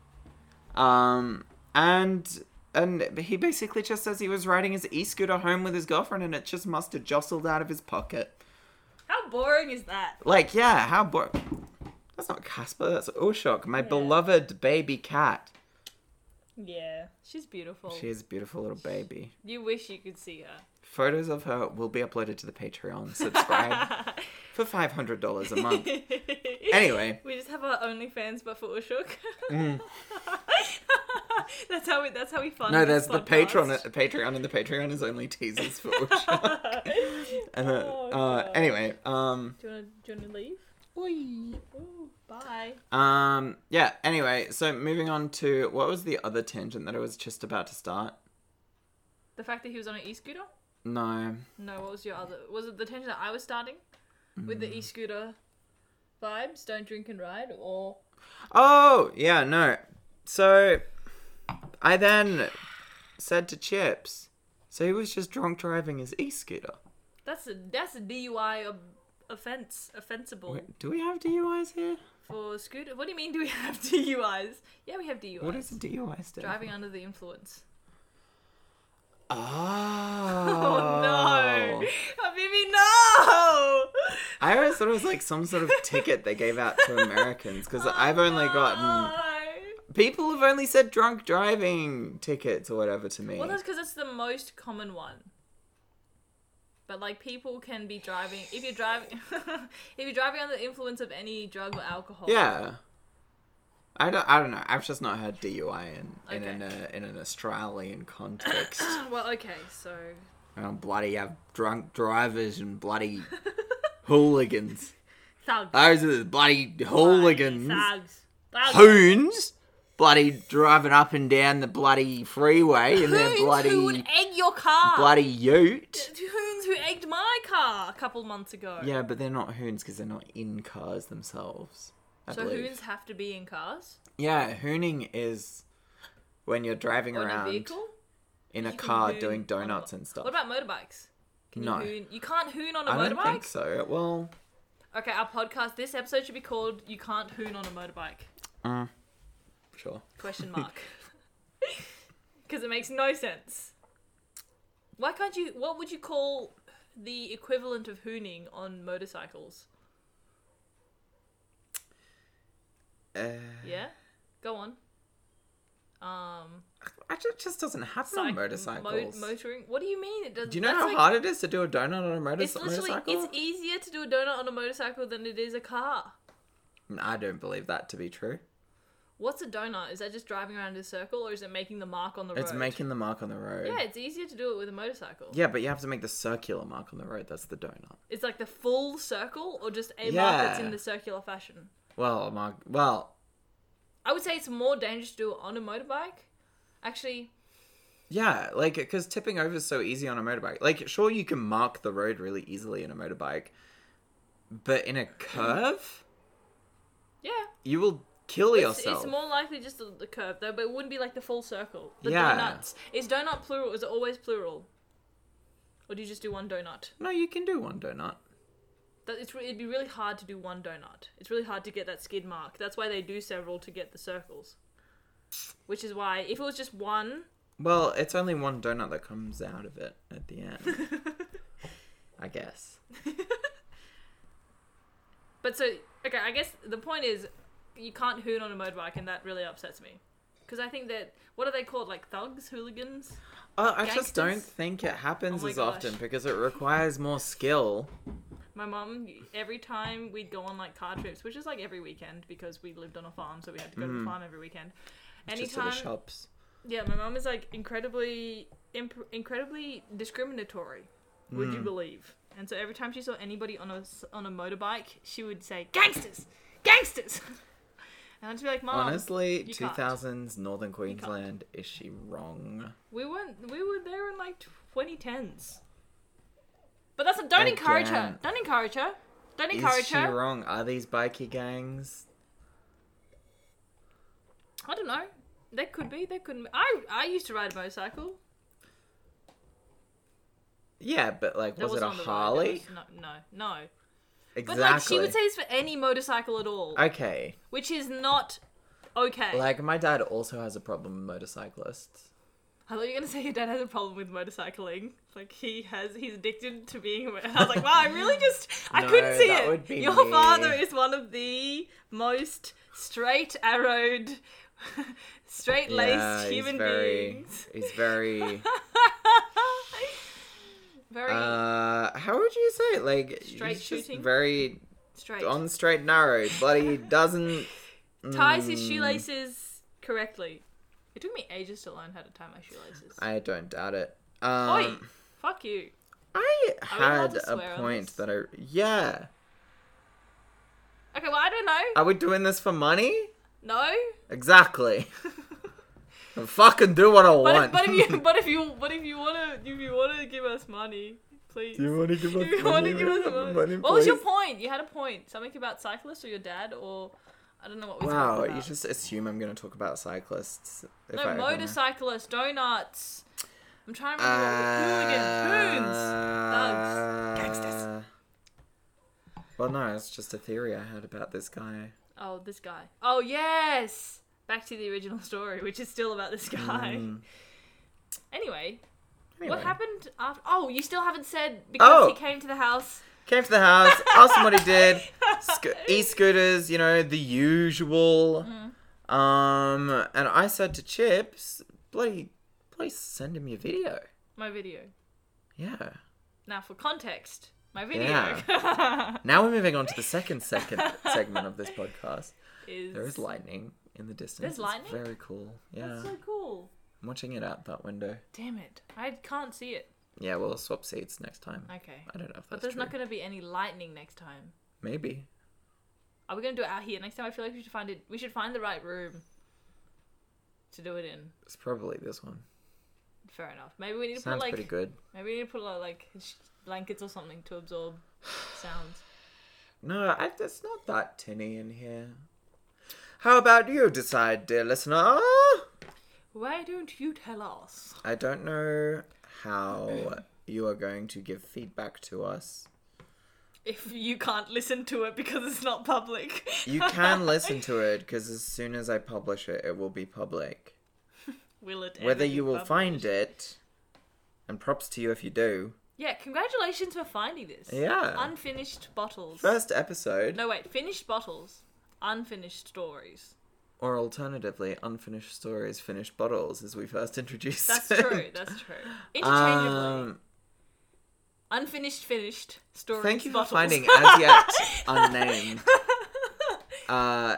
Um, and and he basically just says he was riding his e-scooter home with his girlfriend, and it just must have jostled out of his pocket.
How boring is that?
Like, yeah, how bo- That's not Casper. That's Ushok, my beloved baby cat.
Yeah, she's beautiful.
She is a beautiful little baby.
You wish you could see her.
Photos of her will be uploaded to the
[LAUGHS]
Patreon. Subscribe for five hundred dollars a month. Anyway. Mm.
we just have our OnlyFans, but for Ushuk. [LAUGHS] that's how we. That's how we fund.
No, there's
this
the
podcast.
Patreon, Patreon, and the Patreon is only teasers
[LAUGHS]
for Ushok. [LAUGHS] And then,
Oh,
uh,
God.
anyway, um,
Do you want to? Do you want to leave? Ooh, bye.
um, yeah. Anyway, so moving on to what was the other tangent that I was just about to start?
The fact that he was on an e-scooter.
No,
No, what was your other? Was it the tension that I was starting with
Mm.
the e-scooter vibes? Don't drink and ride, or
Oh, yeah, no. So I then said to Chips, so he was just drunk driving his e scooter.
that's a that's a DUI ob- offense, offensible
Do we have DUIs here?
for scooter. What do you mean? Do we have [LAUGHS] DUIs? Yeah, we have DUIs.
What is a DUI stand?
driving under the influence? [LAUGHS]
Oh.
Oh no, oh, Vivi,
[LAUGHS]
no!
I always thought it was like some sort of ticket they gave out to Americans
[LAUGHS]
because
Oh,
I've only gotten.
No.
People have only said drunk driving tickets or whatever to me.
Well, that's because it's the most common one. But like people can be driving if you're driving [LAUGHS] if you're driving under the influence of any drug or alcohol.
Yeah. I don't, I don't know. I've just not heard DUI in, in,
Okay.
an, uh, in an Australian context.
Well, okay, so
And bloody have drunk drivers and
[LAUGHS]
bloody hooligans.
thugs,
Those are the bloody hooligans.
thugs, thugs.
Hoons. Bloody driving up and down the bloody freeway in their
Hoons who would
bloody
egg your car?
bloody ute.
Hoons who egged my car a couple months ago.
Yeah, but they're not hoons because they're not in cars themselves. I
So
believe.
hoons have to be in cars
Yeah, hooning is when you're driving
or in a
around
vehicle.
in a
You can
car
hoon
doing
on a-
donuts and stuff.
What about motorbikes? Can
No.
you hoon? You can't hoon on a
I
motorbike.
don't think so. Well,
Okay, our podcast. This episode should be called "You Can't Hoon on a Motorbike."
sure. [LAUGHS]
Question mark. [LAUGHS] Because it makes no sense. Why can't you? What would you call the equivalent of hooning on motorcycles?
Uh,
Yeah, go on. um,
I ju- just doesn't happen
cyc-
on
mo-
motorcycles.
motoring. What do you mean? It doesn't.
do you know how hard it is to do a donut on a motor-
It's literally
motorcycle?
it's easier to do a donut on a motorcycle than it is a car.
I don't believe that to be true.
What's a donut? Is that just driving around in a circle, or is it making the mark on the road?
It's making the mark on the road.
Yeah, it's easier to do it with a motorcycle.
Yeah, but you have to make the circular mark on the road. That's the donut.
It's like the full circle, or just a mark that's in
Yeah.
the circular fashion.
Well, a mark. Well,
I would say it's more dangerous to do it on a motorbike. Actually,
yeah, like because tipping over is so easy on a motorbike. Like, sure, you can mark the road really easily in a motorbike, but in a curve,
yeah.
you will kill
It's,
yourself.
it's more likely just the, the curve though, but it wouldn't be like the full circle. The
Yeah.
donuts. Is donut plural? Is it always plural? Or do you just do one donut?
No, you can do one donut.
That it's, re- it'd be really hard to do one donut. It's really hard to get that skid mark. That's why they do several to get the circles. Which is why if it was just one,
Well, it's only one donut that comes out of it at the
[LAUGHS]
end, I guess.
but so okay, I guess the point is you can't hoon on a motorbike, and that really upsets me. Because I think that what are they called? Like thugs, hooligans?
Uh, I just don't
Gangsters.
think it happens
Oh my
as
gosh.
often because it requires more skill.
My mum, every time we'd go on like car trips, which is like every weekend because we lived on a farm, so we had to go to the farm every weekend.
Mm. Just at the
Anytime,
shops.
yeah, my mum is like incredibly, imp- incredibly discriminatory. Would
Mm.
you believe? And so every time she saw anybody on a s- on a motorbike, she would say, "Gangsters, gangsters," [LAUGHS] and I'd just be like, "Mom,
Honestly,
Um, you
two
can't.
thousands Northern Queensland. Is she wrong?
we weren't, we were there in like 2010s." But that's don't encourage her.
Again.
Don't encourage her. Don't
Is
encourage
she
her.
wrong? Are these bikie gangs?
I don't know. They could be. They couldn't. Be. I I used to ride a motorcycle.
Yeah, but like,
That
was it a
wasn't on the road, that
Harley?
was- no, no, no. But
Exactly.
like she would say this for any motorcycle at all,
okay,
which is not okay.
like my dad also has a problem with motorcyclists.
I thought you were gonna say your dad has a problem with motorcycling. Like he has, he's addicted to being. a mo- I was like, wow, I really just, I
No,
couldn't see
that
it.
would be
your
me.
father is one of the most straight arrowed, [LAUGHS] straight laced
yeah,
human
he's very,
beings. [LAUGHS]
he's very.
Very
uh, how would you say it? Like
Straight
he's just
shooting?
very
straight.
on the straight and narrow.
[LAUGHS]
Bloody doesn't. hmm,
ties his shoelaces correctly. It took me ages to learn how to tie my shoelaces.
I don't doubt it.
Oi!
Um,
Fuck you.
I had
allowed to
a
swear on
point
this?
that I yeah.
Okay, well, I don't know.
Are we doing this for money?
No?
Uh, Exactly. [LAUGHS]
[LAUGHS]
I fucking do what I
But
want.
if, but
[LAUGHS]
if you but if you but if you wanna if you wanna give us money, please.
Do you want to give us
[LAUGHS] If you wanna
money?
give us money. What was your point? You had a point. Something about cyclists or your dad or I don't know what we
Wow,
talking
you
about.
just assume I'm going to talk about cyclists. If
no
I ever-
motorcyclists, donuts. I'm trying to remember what hooligans,
Uh,
hoons. thugs, gangsters.
Well, no, it's just a theory I had about this guy.
Oh, this guy. Oh yes. Back to the original story, which is still about this guy. Anyway,
Mm. Hmm. Anyway,
what happened after? Oh, you still haven't said because
Oh.
he came to the house.
Came to the house, asked him what he
[LAUGHS]
did. Sco- e-scooters, you know, the usual.
Mm.
Um, and I said to Chips, bloody, bloody send him your video.
My video.
Yeah.
Now for context, my video [LAUGHS]
Now we're moving on to the second second segment of this podcast.
is
There is lightning in the distance.
There's
It's
lightning?
very cool. Yeah.
That's so cool.
I'm watching it out that window.
Damn it, I can't see it.
Yeah, we'll swap seats next time.
Okay,
I don't know if that's
but there's
true.
not going to be any lightning next time.
Maybe.
Are we going to do it out here next time? I feel like we should find it. We should find the right room to do it in.
It's probably this one.
Fair enough. Maybe we need to
Sounds
put
pretty
like
good.
maybe we need to put a lot of, like sh- blankets or something
[SIGHS]
to absorb sounds.
No, I, it's not that tinny in here. How about you decide, dear listener?
Why don't you tell us?
I don't know how you are going to give feedback to us.
If you can't listen to it because it's not public.
You
[LAUGHS]
can listen to it because as soon as I publish it, it will be public.
will it
Whether you will find it, and props to you if you do.
Yeah, congratulations for finding this.
Yeah.
Unfinished bottles.
First episode.
No wait, finished bottles. Unfinished stories.
or alternatively, unfinished stories, finished bottles, as we first introduced.
That's
it.
true. That's true. Interchangeably.
Um,
Unfinished, finished stories.
thank you for
bottles.
finding as yet unnamed.
[LAUGHS]
Uh,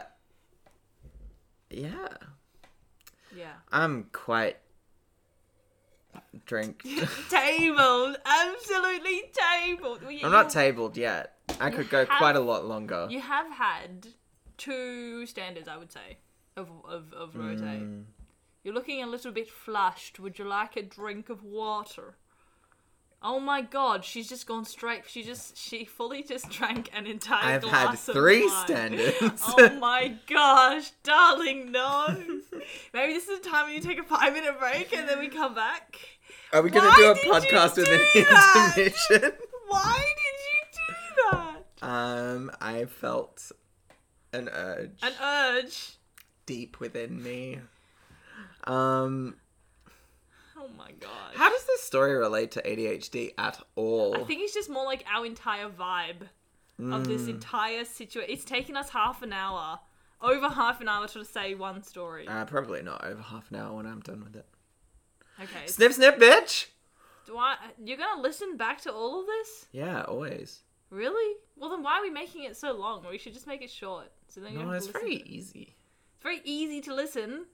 yeah,
yeah.
I'm quite
[LAUGHS]
drink.
Tabled. Absolutely tabled. Well, you-
I'm not
you-
tabled yet. I could go
have-
quite a lot longer.
You have had two standards, I would say, of of, of rosé.
Mm.
You're looking a little bit flushed. Would you like a drink of water? Oh my God, she's just gone straight. She just she fully just drank an entire.
I've had
glass of
three
wine.
standards.
[LAUGHS] Oh my gosh,
[LAUGHS]
darling, no. Maybe this is the time when you take a five minute break and then we come back.
Are we going to
Why
do a
did you
podcast with
do that?
an intermission? [LAUGHS]
Why did you do that?
Um, I felt an urge
An urge.
deep within me. Um,
Oh my God.
how does this story relate to ADHD at all? Hmm.
I think it's just more like our entire vibe of this
Mm.
entire situation. It's taken us half an hour, over half an hour to say one story.
uh, probably not over half an hour when I'm done with it.
Okay.
Snip, snip, bitch.
Do I, you're going to listen back to all of this?
Yeah, always.
Really? Well, then why are we making it so long? We should just make it short. So then you
No,
don't have
it's
to listen
very
to it.
easy.
It's very easy to listen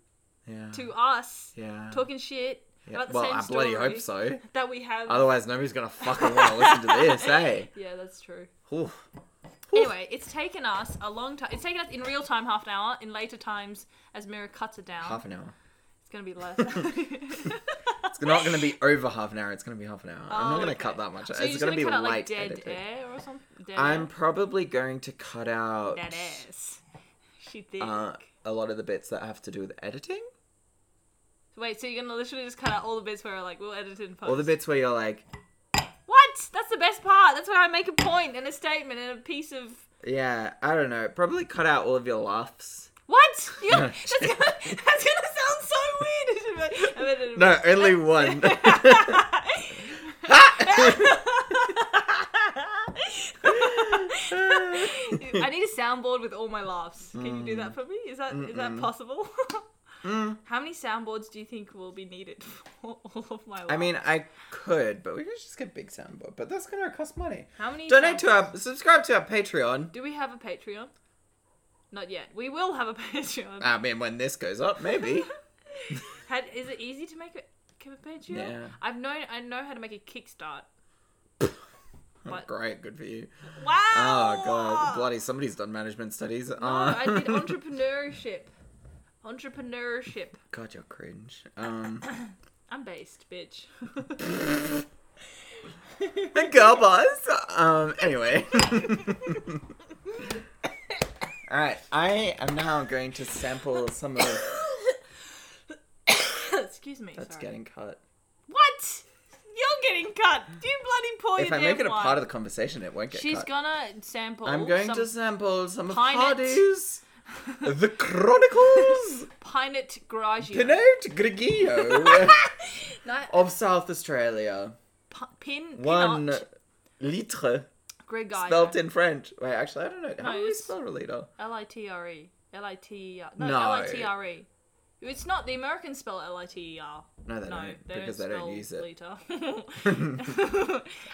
Yeah.
to us
Uh, yeah.
talking shit
yeah.
about the
well,
same
I
story
bloody hope so.
that we have.
Otherwise, nobody's gonna fucking want to
[LAUGHS]
listen to this, eh?
yeah, that's true.
Oof.
Anyway, it's taken us a long time. It's taken us in real time half an hour. In later times, as Mira cuts it down,
Half an hour.
it's gonna be
[LAUGHS]
less. [LAUGHS]
It's not gonna be over half an hour. It's gonna be half an hour. I'm not gonna cut that much.
Oh, So
it's
you're just
gonna, be
cut out, like
light
dead
editing.
air or something. Dead
I'm
air?
probably going to cut out
dead ass. [LAUGHS] She think.
uh, a lot of the bits that have to do with editing,
Wait, so you're gonna literally just cut out all the bits where like we'll edit it in post.
or the bits where you're like,
What? That's the best part. That's when I make a point and a statement and a piece of
yeah, I don't know. Probably cut out all of your laughs.
what? [LAUGHS] You, that's, gonna, that's gonna sound so weird. [LAUGHS] I bet it-
No, [LAUGHS] only one.
I need a soundboard with all my laughs. Can you do that for me? Is that is that possible? [LAUGHS]
Hmm.
How many soundboards do you think will be needed [LAUGHS] for all of my laughs?
I mean, I could, but we could just get a big soundboard. But that's gonna cost money.
how many?
Donate to
soundboards-
our, subscribe to our Patreon.
Do we have a Patreon? Not yet. We will have a [LAUGHS] Patreon.
I mean, when this goes up,
[LAUGHS]
maybe. Oh,
Had, is it easy to make a, can a Patreon?
Yeah.
I've known I know how to make a
[LAUGHS]
Kickstart. But-
Great, good for you.
Wow.
Oh god, bloody somebody's done management studies. Ah. No,
Oh,
[LAUGHS]
I did entrepreneurship. Entrepreneurship.
God, you're cringe.
[LAUGHS]
Um,
I'm based,
[LAUGHS]
bitch.
girl boss. Um, [LAUGHS] anyway. All right, I am now going to sample some of. [COUGHS]
[COUGHS] Excuse me.
That's
sorry.
getting cut.
What? You're getting cut. You bloody poor.
If I make it a part of the conversation, it won't get
she's
cut.
gonna sample.
I'm going
some
to sample some of
Pine it.
Hardy's,
[LAUGHS]
The Chronicles,
Pinet Garage.
Pinot
[LAUGHS]
Grigio
No,
of South Australia.
pi- pin.
One
Pinot
litre,
Gregario.
spelt in French. Wait, actually, I don't know. How
No,
do we
it's-
spell litre?
L i t r e. L i t e r. No.
No.
L i t r e. It's not the Americans spell L I T E R.
No, they
No,
don't,
they
because
don't
they
spell
don't use it.
liter. [LAUGHS]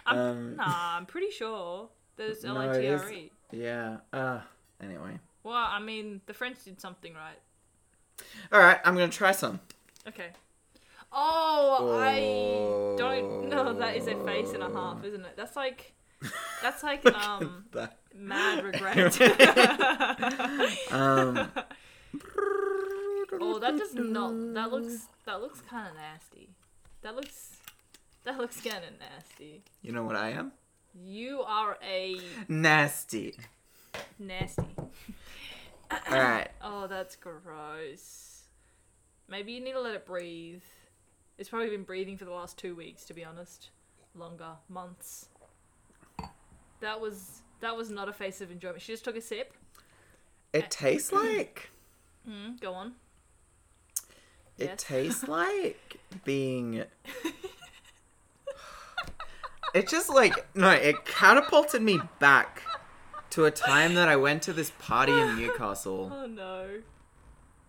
I'm,
Um,
nah, I'm pretty sure there's L
No,
I
it
T
is-
R E.
[LAUGHS] Yeah. Uh, anyway.
Well, I mean, the French did something right.
All right, I'm gonna try some.
Okay. Oh, I don't know. That is a face and a half, isn't it? That's like, that's
[LAUGHS]
like an, um,
But,
mad regret.
um,
[LAUGHS] oh, that does not. That looks. That looks kind of nasty. That looks. That looks kind of nasty.
you know what I am?
You are a
Nasty.
nasty.
All right.
Oh, that's gross. Maybe you need to let it breathe. It's probably been breathing for the last two weeks, to be honest. Longer months. That was that was not a face of enjoyment. She just took a sip.
It tastes like.
Mm, go on.
It
Yes.
tastes like
[LAUGHS]
being. It just like no, it catapulted me back to a time that I went to this party in Newcastle.
Oh no.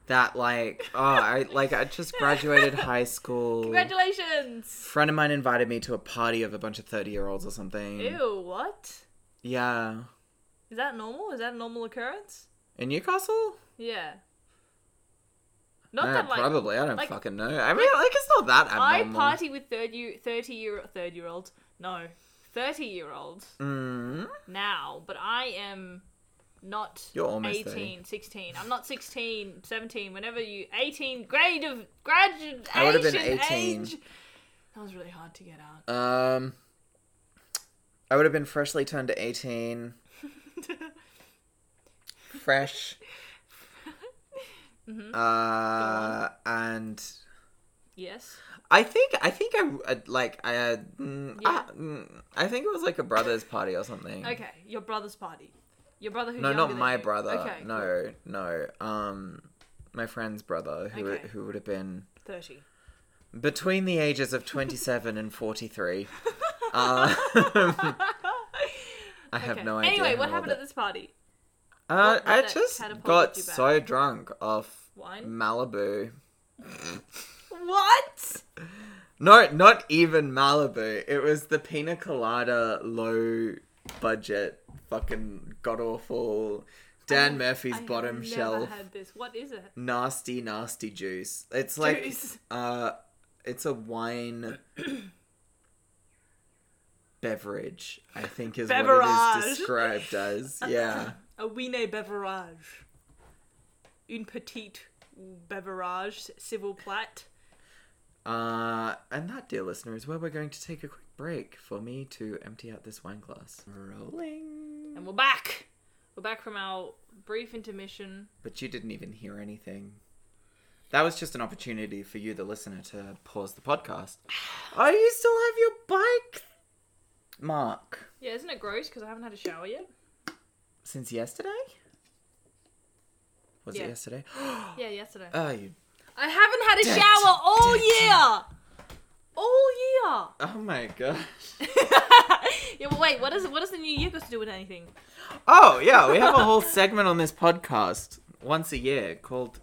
that like oh I like I just graduated high school.
Congratulations!
Friend of mine invited me to a party of a bunch of thirty year olds or something.
Ew, what?
Yeah.
Is that normal? Is that a normal occurrence?
In Newcastle?
Yeah. Not
No,
that like
probably. I don't
like-
fucking know. I mean, like it's not that
I
abnormal.
party with third year, thirty year, third year olds. No, thirty year olds
Mm.
now, but I am not
You're almost
18,
30.
16. I'm not 16, 17, whenever you 18 grade of graduation
I would've been 18.
age. That was really hard to get out. [LAUGHS]
Um, I would have been freshly turned to eighteen.
[LAUGHS]
Fresh.
Mm-hmm.
Uh, and
Yes.
I think I think I I- like I uh, mm,
Yeah.
ah, mm, I think it was like a brother's party or something.
Okay, your brother's party. Your brother who's
Mm. No,
younger
not
than
my
you.
brother.
Okay, cool.
no, no. Um, my friend's brother who
Okay.
who would have been
30.
between the ages
[LAUGHS]
of twenty seven and forty three. Uh, [LAUGHS] I have
Okay.
no idea.
Anyway, what
how old
happened
it-
at this party?
Uh, I
What product
just
catapulted
got
you back?
so drunk off
Wine?
Malibu.
What?
No, not even Malibu. It was the pina colada, low budget, fucking god awful Dan Murphy's
I have
bottom
never
shelf,
had this. What is it?
nasty, nasty juice. It's like,
Juice.
uh, it's a wine beverage. I think is what it
Beverage.
is described
[LAUGHS]
as. Yeah.
A wiener beverage. Une petite beverage, civil plat.
Uh, and that, dear listener, is where we're going to take a quick break for me to empty out this wine glass. Rolling.
And we're back. We're back from our brief intermission.
But you didn't even hear anything. That was just an opportunity for you, the listener, to pause the
[SIGHS]
podcast. Oh, you still have your bike, Mark,
Yeah, isn't it gross? Because I haven't had a shower yet.
since yesterday? Was
Yeah.
it yesterday? [GASPS]
Yeah, yesterday.
Oh, you.
I haven't had a
Dead.
shower all
Dead.
year. All year.
Oh my gosh.
[LAUGHS] yeah, but wait, what is what does the new year got to do with anything?
Oh, yeah, we have a whole [LAUGHS] segment on this podcast once a year called.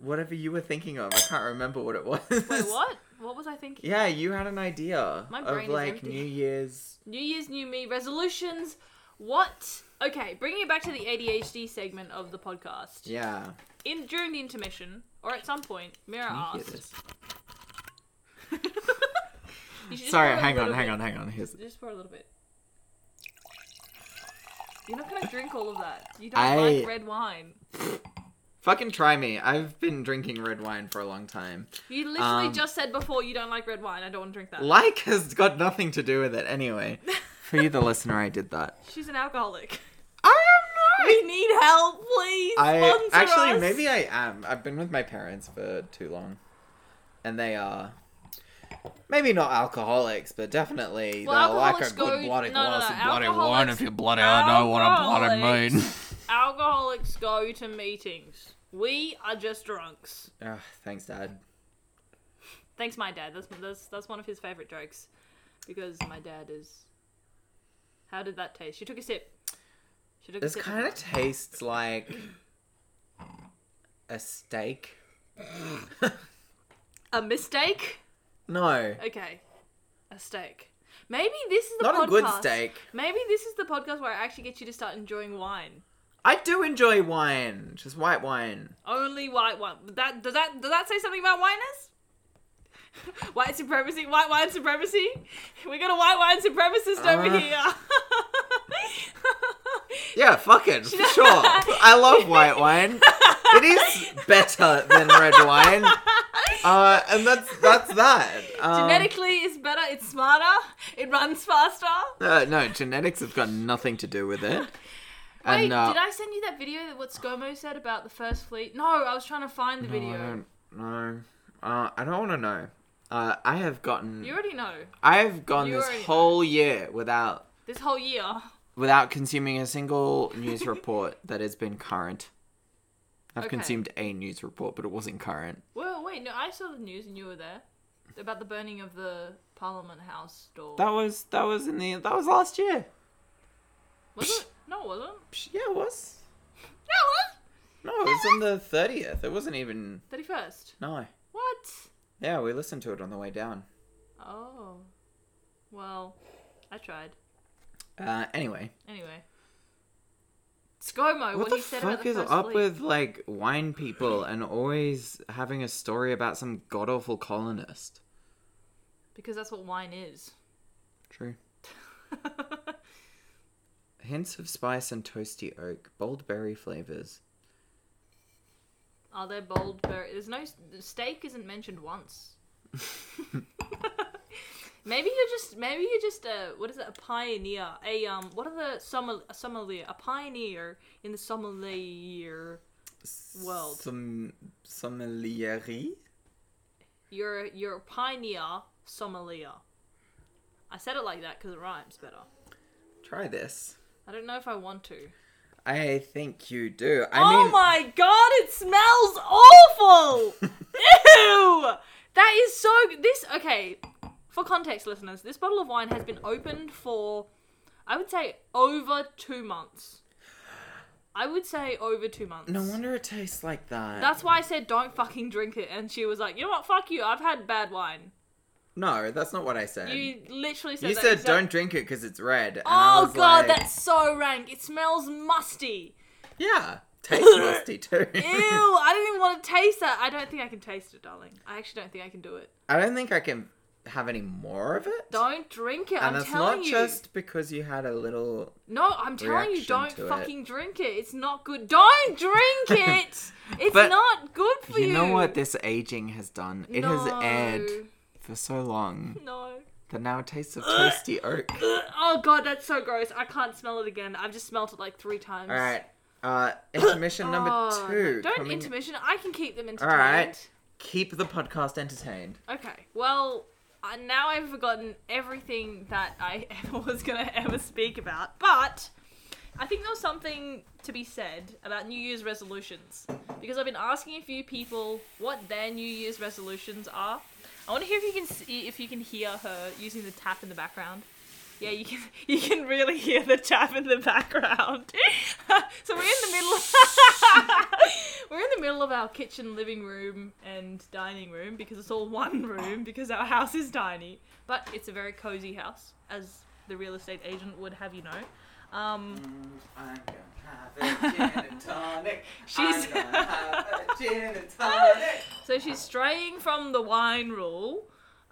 Whatever you were thinking of, I can't remember what it was.
Wait, what? What was I
[LAUGHS]
thinking?
Yeah, you had an idea
My brain
of
is
like
empty.
New Year's.
New Year's, new me, resolutions. What? Okay, bringing it back to the ADHD segment of the podcast.
Yeah.
In during the intermission, or at some point, Mira
Can you hear
[LAUGHS] asked.
this?
You should
[LAUGHS]
just
Sorry,
pour a
hang on,
little
hang
bit.
on, hang on. Here's
Just for a little bit. You're not gonna drink all of that. You don't
I-
like red wine.
fucking try me. I've been drinking red wine for a long time.
You literally
Um,
just said before you don't like red wine. I don't want to drink that.
Like has got nothing to do with it anyway. For you, the listener, I did that.
[LAUGHS] She's an alcoholic. [LAUGHS]
I
We need help, please.
I
Sponsor
actually
us.
maybe I am. I've been with my parents for too long, and they are maybe not alcoholics, but definitely
Well,
they're like a
alcoholics
good
go-
bloody
no, no,
glass
no,
of bloody wine
alcoholics-
if you bloody I know what a bloody mean.
Alcoholics go to meetings. We are just drunks.
[LAUGHS] Ugh, thanks, Dad.
Thanks, my dad. That's that's that's one of his favorite jokes, because my dad is. How did that taste? She took a sip. She took
This
a sip.
kind of tastes like a steak.
a mistake.
No,
Okay, a steak. Maybe this is the
not
podcast.
a good steak.
Maybe this is the podcast where I actually get you to start enjoying wine.
I do enjoy wine, just white wine.
Only white wine. That does that does that say something about whiners? [LAUGHS] white supremacy, white wine supremacy. We got a white wine supremacist over
Uh.
here.
Yeah,
[LAUGHS]
fucking for sure. I love white wine. [LAUGHS] It is better than red wine. Uh, and that's that's that. Um,
[LAUGHS] Genetically, it's better. It's smarter. It runs faster.
uh, no, genetics have got nothing to do with it.
Wait,
And, uh,
did I send you that video that what ScoMo said about the first fleet? No, I was trying to find the
No, I
video.
don't know. Uh, I don't want to know. Uh, I have gotten.
You already know.
I've gone
You
this
already know.
whole year without
This whole year.
without consuming a single news report that has been current. I've
Okay.
consumed a news report, but it wasn't current.
Well, wait, no, I saw the news and you were there about the burning of the Parliament House door.
That was that was in the that was last year.
was it? [LAUGHS] No, it wasn't.
Psh, Yeah, it was.
Yeah, it was.
No, it was on the 30th. It wasn't even.
31st.
No.
What?
Yeah, we listened to it on the way down.
Oh. Well, I tried.
Uh, anyway,
Anyway. ScoMo,
what
what,
the
he said about
fuck
the
is
first
up
leak.
with like wine people and always having a story about some god awful colonist?
Because that's what wine is. [LAUGHS]
True. Hints of spice and toasty oak, bold berry flavors.
Are there bold berry? There's no steak isn't mentioned once. [LAUGHS] maybe you're just maybe you're just a what is it a pioneer a um what are the sommel a sommelier a pioneer in the sommelier [LAUGHS] world.
Some sommelierie.
You're you're a pioneer sommelier. I said it like that because it rhymes better.
Try this.
I don't know if I want to.
I think you do. I
oh
mean,
my god, it smells awful!
[LAUGHS]
Ew! That is so. This, okay, for context, listeners, this bottle of wine has been opened for, I would say, over two months. I would say over two months.
no wonder it tastes like that.
That's why I said don't fucking drink it, and she was like, you know what, fuck you, I've had bad wine.
no, that's not what I said. You,
You literally said that
said
exact-
don't drink it because it's red. and I
Oh
was
god,
like,
that's so rank. It smells musty.
yeah,
[LAUGHS]
tastes musty too.
Ew, I don't even want to taste that. I don't think I can taste it, darling. I actually don't think I can do it.
[LAUGHS] I don't think I can have any more of it.
Don't drink it.
and
I'm
it's
telling
not
you.
just because you had a little.
no, I'm telling you,
reaction
don't
to it.
fucking drink it. It's not good.
[LAUGHS]
Don't drink it. It's
But
not good for you.
You know what this aging has done? It
No.
has aired for so long
No.
that now it tastes of
[LAUGHS]
toasty oak.
Oh god, that's so gross. I can't smell it again. I've just smelt it like three times.
All right, uh, intermission number
Oh,
two.
Don't
coming-
intermission. I can keep them entertained.
All right. Keep the podcast entertained.
Okay. Well, I, now I've forgotten everything that I [LAUGHS] ever was going to ever speak about, but I think there was something to be said about New Year's resolutions because I've been asking a few people what their New Year's resolutions are. I want to hear if you can see if you can hear her using the tap in the background. Yeah, you can [LAUGHS] you can really hear the tap in the background. [LAUGHS] so we're in the middle [LAUGHS] We're in the middle of our kitchen, living room and dining room because it's all one room because our house is tiny, but it's a very cozy house as the real estate agent would have you know. Um,
Mm, I'm gonna have a gin and tonic.
[LAUGHS] She's-
I'm gonna have a gin
[LAUGHS]
and tonic.
So she's straying from the wine rule,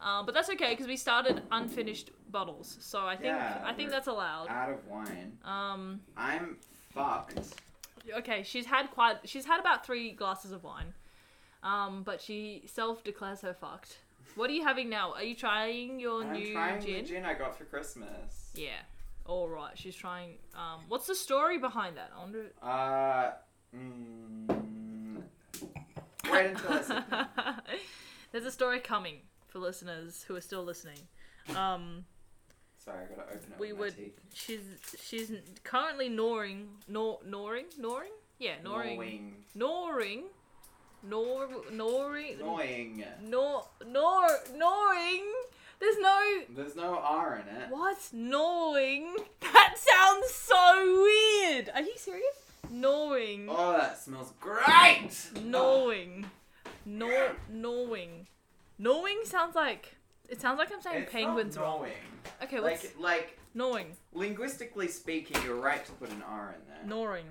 uh, but that's okay because we started unfinished bottles. So I think
Yeah, Ah.
I think
we're-
that's allowed.
Out of wine.
Um,
I'm fucked.
okay, she's had quite she's had about three glasses of wine, um, but she self declares her fucked. What are you having now? Are you trying your
I'm
new
trying
gin?
the gin I got for Christmas.
Yeah. All right. She's trying. Um, what's the story behind that?
[LAUGHS]
I wonder.
Uh, mm, wait until
[LAUGHS]
I sit down.
There's a story coming for listeners who are still listening. Um,
Sorry, I gotta open it.
we
with my
would
teeth.
she's she's currently gnawing gnaw, gnawing gnawing yeah gnawing
Gnawing.
gnawing gnaw gnawing
Gnawing.
gnaw gnaw gnawing there's no
There's no R in it.
what gnawing that sounds so weird are you serious gnawing
Oh, that smells great!
gnawing gnaw gnawing gnawing sounds like it sounds like I'm saying
It's
penguins
not
wrong
gnawing.
okay what's
Like, like,
gnawing
linguistically speaking, you're right to put an R in there.
Gnoring.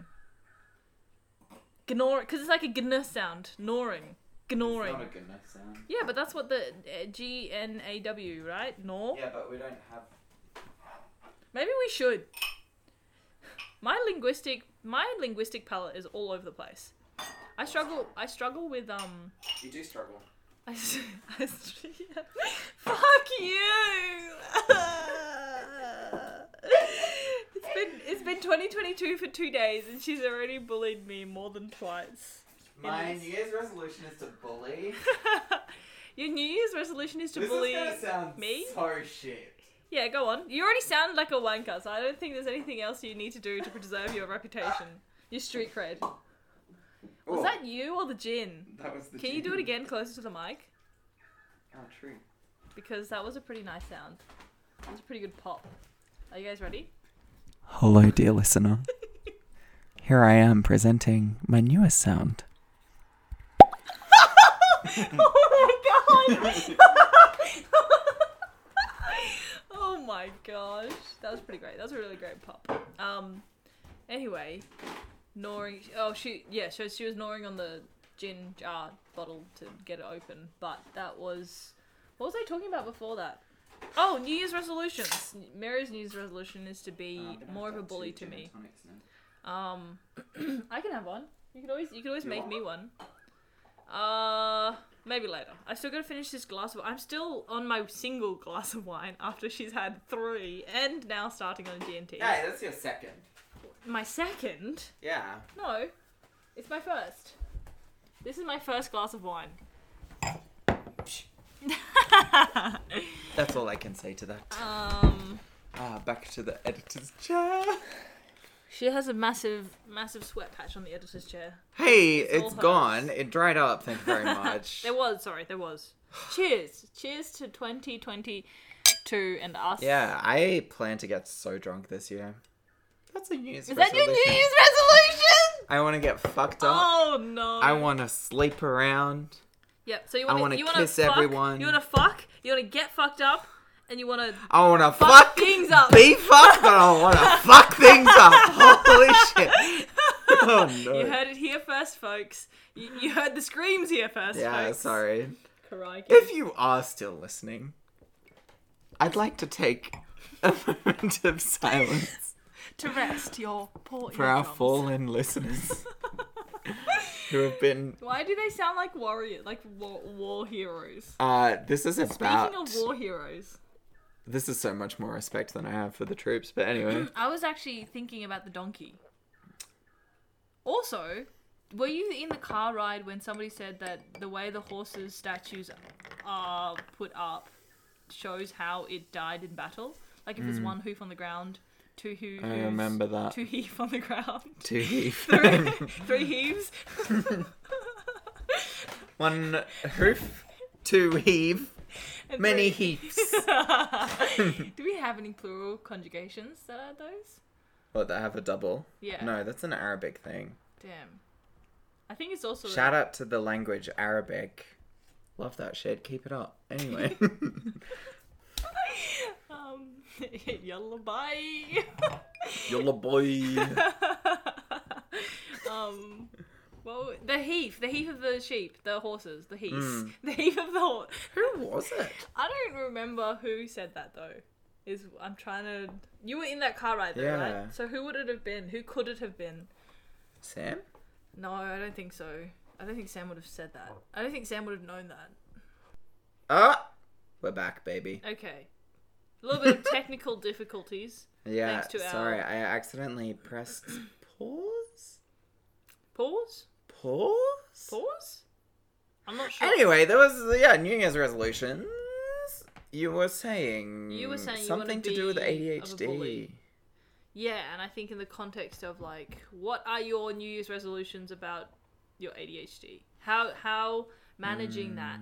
Gnor, because it's like a gn sound. Gnoring.
It's
Gnoring.
not a good enough sound.
Yeah, but that's what the uh, G N A W, right? Nor.
Yeah, but we don't have.
Maybe we should. [SIGHS] My linguistic, my linguistic palette is all over the place. I struggle. I struggle with um. [LAUGHS]
You do struggle.
I, s- I s- [LAUGHS] yeah. Fuck you! [LAUGHS] it's been it's been 2022 for two days, and she's already bullied me more than twice.
My
is.
New Year's resolution is to bully.
[LAUGHS] Your New Year's resolution is to
this
bully.
is gonna sound
me?
so shit.
Yeah, go on. You already sound like a wanker, so I don't think there's anything else you need to do to preserve your reputation, your street cred. Was
Oh,
that you or the gin?
that was the
Can you do it
gin.
again closer to the mic?
Oh, true.
Because that was a pretty nice sound. It was a pretty good pop. Are you guys ready?
Hello, dear listener. here I am presenting my newest sound.
[LAUGHS] oh my god! [LAUGHS] oh my gosh, that was pretty great. That was a really great pop. Um, anyway, gnawing. Oh, she yeah. So she was gnawing on the gin jar bottle to get it open, but that was what was I talking about before that? Oh, New Year's resolutions. Mary's New Year's resolution is to
Oh,
be more of a bully to me. Um, I can have one. You can always you can always make me one. Uh, maybe later. I still gotta finish this glass of. I'm still on my single glass of wine after she's had three, and now starting on GNT.
Hey, that's your second.
My second?
Yeah.
No, it's my first. This is my first glass of wine.
That's all I can say to that.
Um,
Ah, back to the editor's chair.
she has a massive, massive sweat patch on the editor's chair.
Hey, it's
all hers.
gone. It dried up. Thank you very
[LAUGHS]
much.
There was, sorry, there [GASPS] was. Cheers, cheers to 2022 and us.
yeah, I plan to get so drunk this year. That's a New Year's
Is that your New
resolution.
Year's resolution?
I want to get fucked up.
Oh no.
I want to sleep around.
Yep. So you
I
want
wanna
to you want to
kiss
fuck,
everyone.
You want to fuck. You want to get fucked up, and you want to
I want to
fuck,
fuck
things up.
be fucked, but I want
[LAUGHS]
to fuck things up. Holy shit! Oh no.
You heard it here first, folks. You, you heard the screams here first,
yeah,
folks.
sorry.
Crikey.
If you are still listening, I'd like to take a [LAUGHS] moment of silence
[LAUGHS] to rest your poor
for our
eardrums.
fallen
[LAUGHS]
listeners who have been.
Why do they sound like warrior, like war, war heroes?
Uh, this is about.
Speaking of war heroes,
This is so much more respect than I have for the troops, but
[CLEARS THROAT]
anyway.
[LAUGHS] I was actually thinking about the donkey. Also, were you in the car ride when somebody said that the way the horses' statues are put up shows how it died in battle? Like if there's one hoof on the ground, two hooves,
Mm. I remember that.
two heave on the ground, [LAUGHS]
[LAUGHS] Two heave.
three heaves.
One hoof, two heave,
and
many
three-
heaps.
[LAUGHS]
[LAUGHS]
Do we have any plural conjugations that are those?
What, they have a double?
Yeah.
No, that's an Arabic thing.
Damn. I think it's also
Shout out to the language Arabic. Love that shit. Keep it up.
[LAUGHS]
Anyway.
um [LAUGHS] yalla bye. [LAUGHS]
Yola boy.
[LAUGHS] um well the heath, the heath of the sheep, the horses, the heath. [LAUGHS] The heath of the horse.
Hmm. Who was it?
I don't remember who said that though. Is I'm trying to You were in that car ride though,
Yeah.
right? So who would it have been? Who could it have been?
Sam?
No, I don't think so. I don't think Sam would have said that. I don't think Sam would have known that.
Ah! We're back, baby.
Okay. A little
[LAUGHS]
bit of technical difficulties.
Yeah,
Thanks to
sorry. I accidentally pressed
[CLEARS THROAT]
pause?
Pause?
Pause?
Pause? I'm not sure.
Anyway, there was, yeah, New Year's resolutions. You were saying.
You were saying you wanna
Something to do with
be of a
ADHD.
bully. Yeah, and I think in the context of like, what are your New Year's resolutions about your ADHD? How how managing that?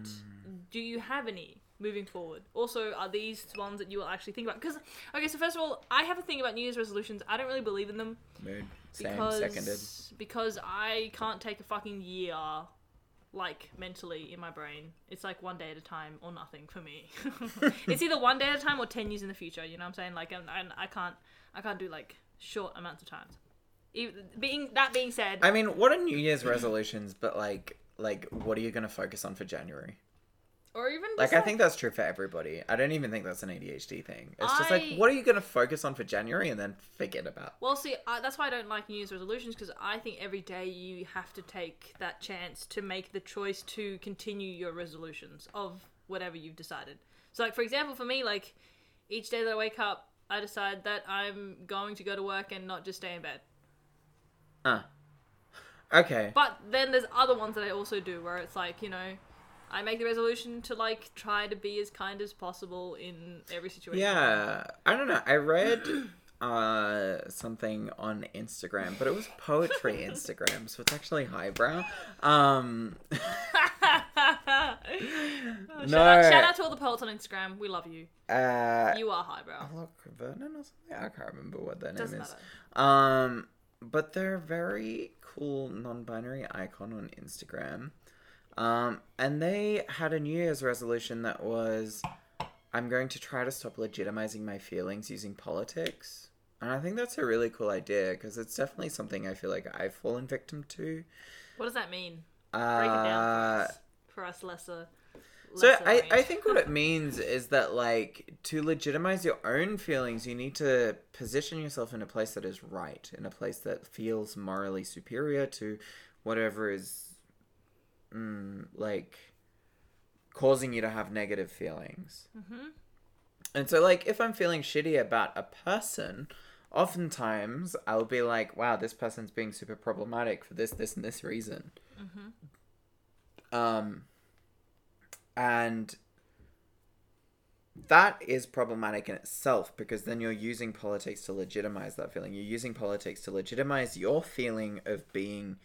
Do you have any moving forward? Also, are these ones that you will actually think about? Because okay, so first of all, I have a thing about New Year's resolutions. I don't really believe in them
Mood. Same,
because
seconded.
because I can't take a fucking year like mentally in my brain. It's like one day at a time or nothing for me. [LAUGHS] it's either one day at a time or 10 years in the future, you know what I'm saying? Like and, and I can't I can't do like short amounts of times. Even, being that being said,
I mean, what are New Year's resolutions, but like, like, what are you going to focus on for January?
or even just,
Like, I think that's true for everybody. I don't even think that's an ADHD thing. It's just
I-
like, what are you going to focus on for January and then forget about?
Well, see, I, that's why I don't like New Year's resolutions because I think every day you have to take that chance to make the choice to continue your resolutions of whatever you've decided. So, like for example, for me, like each day that I wake up, I decide that I'm going to go to work and not just stay in bed.
Ah. Uh. Okay.
But then there's other ones that I also do where it's like you know. I make the resolution to like try to be as kind as possible in every situation. [LAUGHS]
yeah. I don't know. I read uh something on Instagram, but it was poetry Instagram, so it's actually highbrow. Um [LAUGHS] No.
Oh, Shout out, shout out to all the poets on Instagram. We love you.
uh
You are highbrow.
Look Vernon or something? I can't remember what their name
Doesn't
is.
matter.
Um, but they're a very cool non-binary icon on Instagram. Um, and they had a New Year's resolution that was, I'm going to try to stop legitimizing my feelings using politics. And I think that's a really cool idea because it's definitely something I feel like I've fallen victim to.
What does that mean?
Uh,
Break it down for us, for us lesser.
So
lesser
I, I
range.
think what it means is that like to legitimize your own feelings, you need to position yourself in a place that is right, in a place that feels morally superior to whatever is mm, like causing you to have negative feelings. And so like if I'm feeling shitty about a person, oftentimes I'll be like, wow, this person's being super problematic for this, this, and this reason. Um and that is problematic in itself because then you're using politics to legitimize that feeling. You're using politics to legitimize your feeling of being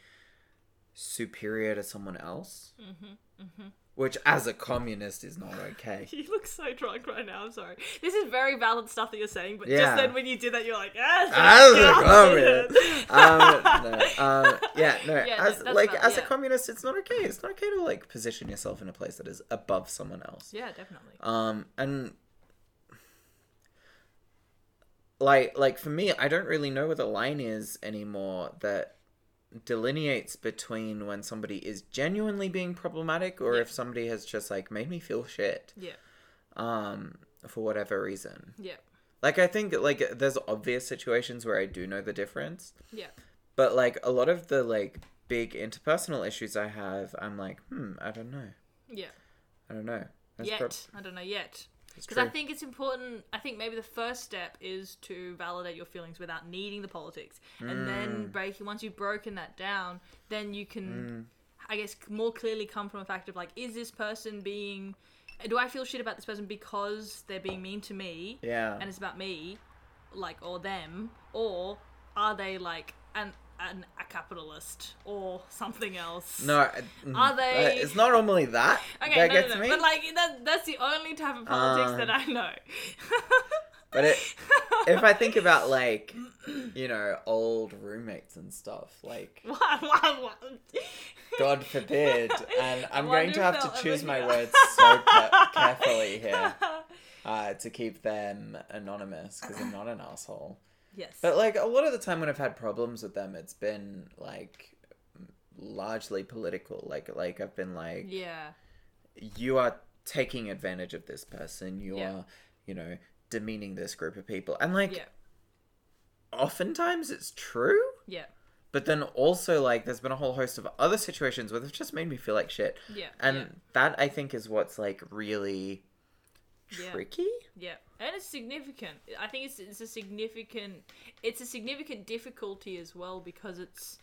superior to someone else, mm-hmm, mm-hmm. which, as a communist, is not
[LAUGHS]
okay.
[LAUGHS] You look so drunk right now. I'm sorry. This is very valid stuff that you're saying, but
Yeah.
just then when you did that, you're like, ah,
as a
God."
communist, um, no, um, yeah, no,
Yeah,
as,
that's
like
valid,
as a
yeah.
communist, it's not okay. It's not okay to like position yourself in a place that is above someone else.
[LAUGHS] Yeah, definitely.
Um, and like like for me, I don't really know what the line is anymore that delineates between when somebody is genuinely being problematic or if somebody has just like made me feel shit
Yeah,
um for whatever reason.
yeah,
Like I think like there's obvious situations where I do know the difference,
yeah,
but like a lot of the like big interpersonal issues I have, I'm like, "Hmm, I don't know.
yeah.
I don't know." That's
yet,
prob-
I don't know yet.
that's
Because I
true.
think it's important. I think maybe the first step is to validate your feelings without needing the politics, and then
Mm.
breaking. Once you've broken that down, then you can,
Mm.
I guess, more clearly come from a fact of like, is this person being? Do I feel shit about this person because they're being mean to me?
yeah.
and it's about me, like or them, or are they like an, an a capitalist or something else?
No, I-
Are
mm,
they-
uh, It's not normally that.
Okay,
that
no,
gets
no, no.
me. Uh.
But like that, that's the only type of politics that I know. [LAUGHS]
But it, if I think about
[CLEARS THROAT]
like, you know, old roommates and stuff, like,
what, what, what?
God
[LAUGHS]
forbid, and I'm
I
going to
wonder
have
if
to
they'll
choose
ever
my
hear. [LAUGHS]
words so ca- carefully here uh, to keep them anonymous because I'm not an asshole.
Yes.
But like a lot of the time when I've had problems with them, it's been like largely political. Like like I've been like,
yeah.
you are taking advantage of this person. You
Yeah.
are, you know, demeaning this group of people. And like
Yeah.
oftentimes it's true,
Yeah.
but then also like there's been a whole host of other situations where they've just made me feel like shit.
Yeah.
And that I think is what's like really
Yeah.
tricky.
Yeah, and it's significant. I think it's it's a significant it's a significant difficulty as well because it's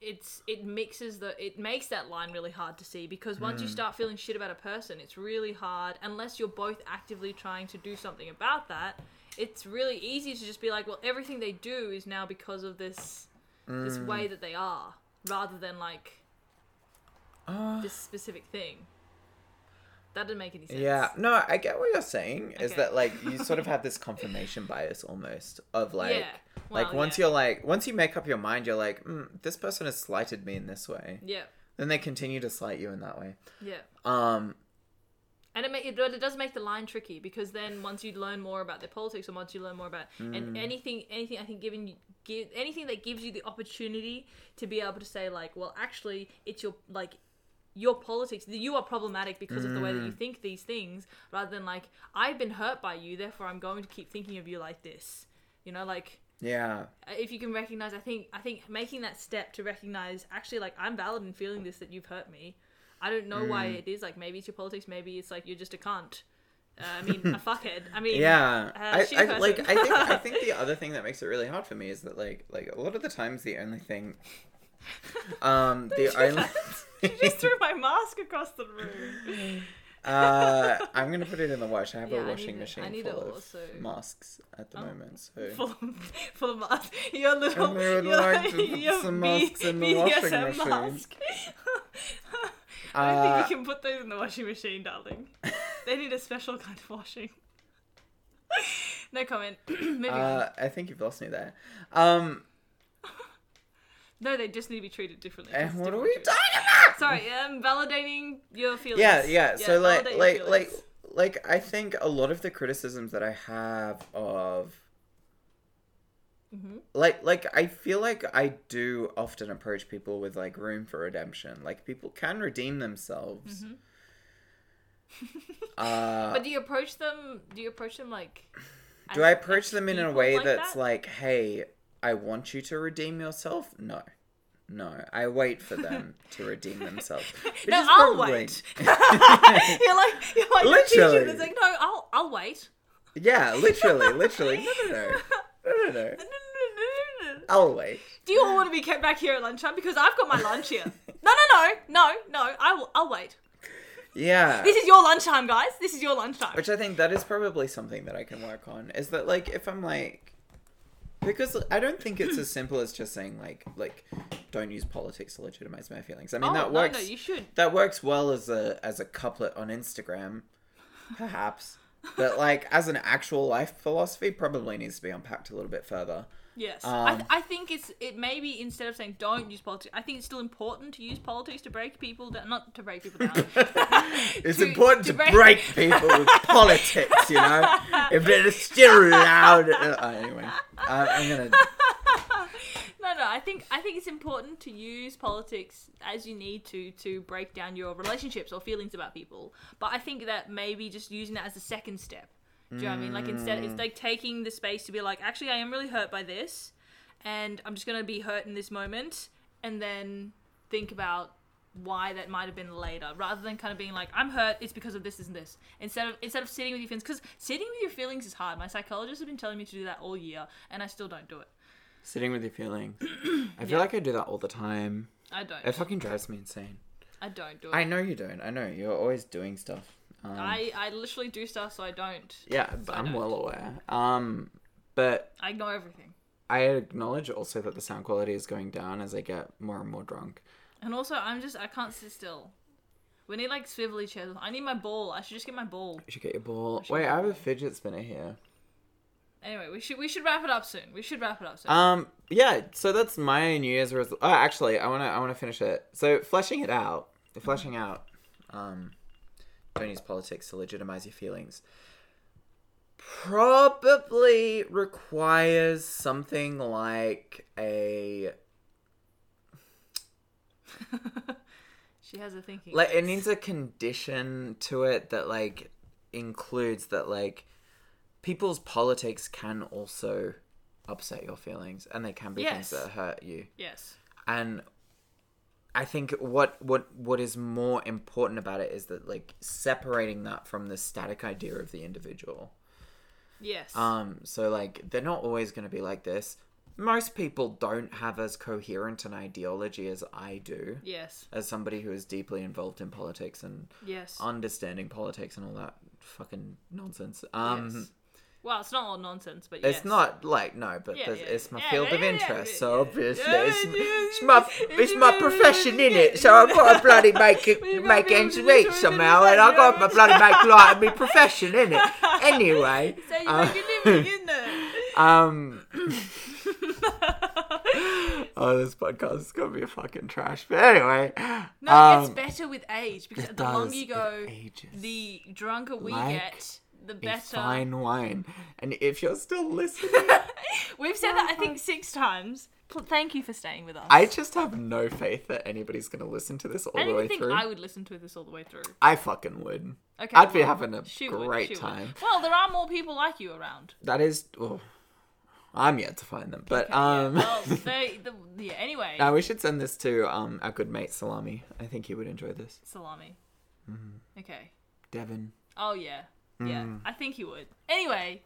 it's it mixes the it makes that line really hard to see because once
Hmm.
you start feeling shit about a person, it's really hard unless you're both actively trying to do something about that. It's really easy to just be like, well, everything they do is now because of this this
Hmm.
way that they are, rather than like
Uh,
this specific thing. That didn't make any sense.
Yeah. No, I get what you're saying. Is
Okay.
that like you sort
[LAUGHS]
of have this confirmation bias almost of like
Yeah.
like
Well,
once
yeah.
you're like once you make up your mind, you're like, mm, this person has slighted me in this way.
Yeah.
Then they continue to slight you in that way.
Yeah.
Um,
And it, ma- it, but it does make the line tricky because then once you learn more about their politics and once you learn more about and anything anything I think giving you give anything that gives you the opportunity to be able to say like well actually it's your like your politics you are problematic because of the way that you think these things rather than like I've been hurt by you therefore I'm going to keep thinking of you like this you know like
yeah.
uh, if you can recognize i think i think making that step to recognize actually like i'm valid in feeling this that you've hurt me i don't know why
Mm.
it is like maybe it's your politics maybe it's like you're just a cunt uh, i mean
[LAUGHS]
a fuckhead i mean [LAUGHS]
Yeah, uh, I,
shitty
I like. I
person.
think. I think the other thing that makes it really hard for me is that like, like a lot of the times, the only
[LAUGHS]
thing, um, the only, [LAUGHS]
you just threw my mask across the room
uh, I'm gonna put it in the wash. I have
Yeah, I
a
need
washing
it- I
machine
need
full
it
of
also. Oh.
masks at the moment. So
[LAUGHS] full of, full of masks your little
And they would
your,
like to put
[LAUGHS] your
some
B-
masks in the
BDSM
washing machine.
mask. [LAUGHS] i don't
uh,
think you can put those in the washing machine darling they need a special kind of washing no comment [CLEARS THROAT] moving on [LAUGHS]
uh, I think you've lost me there. Um,
No, they just need to be treated differently.
And
That's
what are
different
we
too.
talking about?
Sorry, um, validating your feelings.
yeah yeah so like
validate your
like like
feelings.
like i think a lot of the criticisms that i have of
Mm-hmm.
like like i feel like i do often approach people with like room for redemption like people can redeem themselves uh,
Mm-hmm. [LAUGHS] But do you approach them? Do you approach them like?
do
as-
i approach
as
them in a
people
way
like
that's
that?
like hey i want you to redeem yourself no no i wait for them to redeem
[LAUGHS]
themselves which
No,
is
I'll
probably- [LAUGHS]
wait. [LAUGHS] you're like you're like you're teaching
Literally.
them, It's like no, I'll I'll wait.
yeah literally literally no no no no no, no. I'll wait.
[LAUGHS] Do you all want to be kept back here at lunchtime because I've got my lunch
[LAUGHS]
here? No, no, no, no, no. I will, I'll wait.
Yeah.
This is your lunchtime, guys. This is your lunchtime.
Which I think that is probably something that I can work on. Is that like if I'm like because I don't think it's as simple as just saying like like don't use politics to legitimize my feelings. I mean
oh,
that works
No, no, you should.
that works well as a as a couplet on Instagram, perhaps. but like as an actual life philosophy probably needs to be unpacked a little bit further.
Yes, I,
Um,
th- I think it's it maybe instead of saying don't use politics, I think it's still important to use politics to break people down, not to break people down.
[LAUGHS] It's
To-
important
to
to,
break-
break... people with politics, you know. If they're still loud, uh, anyway, I, I'm gonna.
no, no, I think I think it's important to use politics as you need to to break down your relationships or feelings about people. But I think that maybe just using that as a second step. Do you know what I mean? Like instead, it's like taking the space to be like, actually, I am really hurt by this, and I'm just gonna be hurt in this moment, and then think about why that might have been later rather than kind of being like i'm hurt it's because of this and this instead of instead of sitting with your feelings because sitting with your feelings is hard my psychologist has been telling me to do that all year and i still don't do it
Sitting with your feelings. I feel like I do that all the time.
i don't
It fucking drives me insane.
I don't do it.
I
I,
know you don't. I know you're always doing stuff. Um,
I, literally do stuff so I don't.
yeah, but
I
I'm
don't.
well aware. Um, but
I ignore everything.
I acknowledge also that the sound quality is going down as I get more and more drunk.
And also, I'm just, I can't sit still. We need like swivelly chairs. I need my ball. I should just get my ball.
You should get your ball. Wait, I have a fidget spinner here.
Anyway, we should we should wrap it up soon. We should wrap it up soon.
Um, yeah. So that's my New Year's resolution. Oh, actually, I wanna I wanna finish it. So fleshing it out, fleshing out. Um, don't use politics to legitimize your feelings. Probably requires something like a
she has a thinking.
like it needs a condition to it that like includes that like people's politics can also upset your feelings and they can be
Yes.
things that hurt you.
yes.
and I think what what what is more important about it is that like separating that from the static idea of the individual.
Yes.
Um, so like they're not always going to be like this. Most people don't have as coherent an ideology as I do,
yes.
as somebody who is deeply involved in politics and
Yes.
understanding politics and all that fucking nonsense. Um,
yes. Well, it's not all nonsense, but
It's
yes.
not like no, but
Yeah,
there's
yeah,
it's my
yeah.
field
Yeah,
of
yeah,
interest,
yeah,
so
yeah.
obviously
Yeah,
it's,
yeah,
it's my
yeah,
it's
yeah,
my
yeah,
profession
yeah,
in it.
yeah.
So I've got to
[LAUGHS]
bloody make it
Well, you
make
gotta be
ends
able to do
meet
something
somehow,
with
and
that,
I've got
yeah.
my bloody make light of
[LAUGHS]
my profession in it. Anyway,
So you
uh,
make a living, isn't
[LAUGHS]
it?
um, oh, this podcast is gonna be a fucking trash. But anyway,
No,
um,
it gets better with age because
it
the longer
does,
you
it
go,
ages.
the drunker we
Like
get, the
a
better.
fine wine, and if you're
[LAUGHS]
still listening.
We've said that I think six times. Pl- Thank you for staying with us.
I just have no faith that anybody's going to listen to this all
I
the
don't
way
even think
through.
I would listen to this all the way through.
I fucking would.
Okay,
I'd be
well,
having a
she would,
great
she would.
time.
Well, there are more people like you around.
That is. Oh, I'm yet to find them, but um, [LAUGHS]
Well, they, the, yeah. Anyway,
now we should send this to um our good mate Salami. I think he would enjoy this.
salami.
Mm-hmm.
Okay.
Devin.
Oh yeah, yeah.
Mm.
I think you would. Anyway,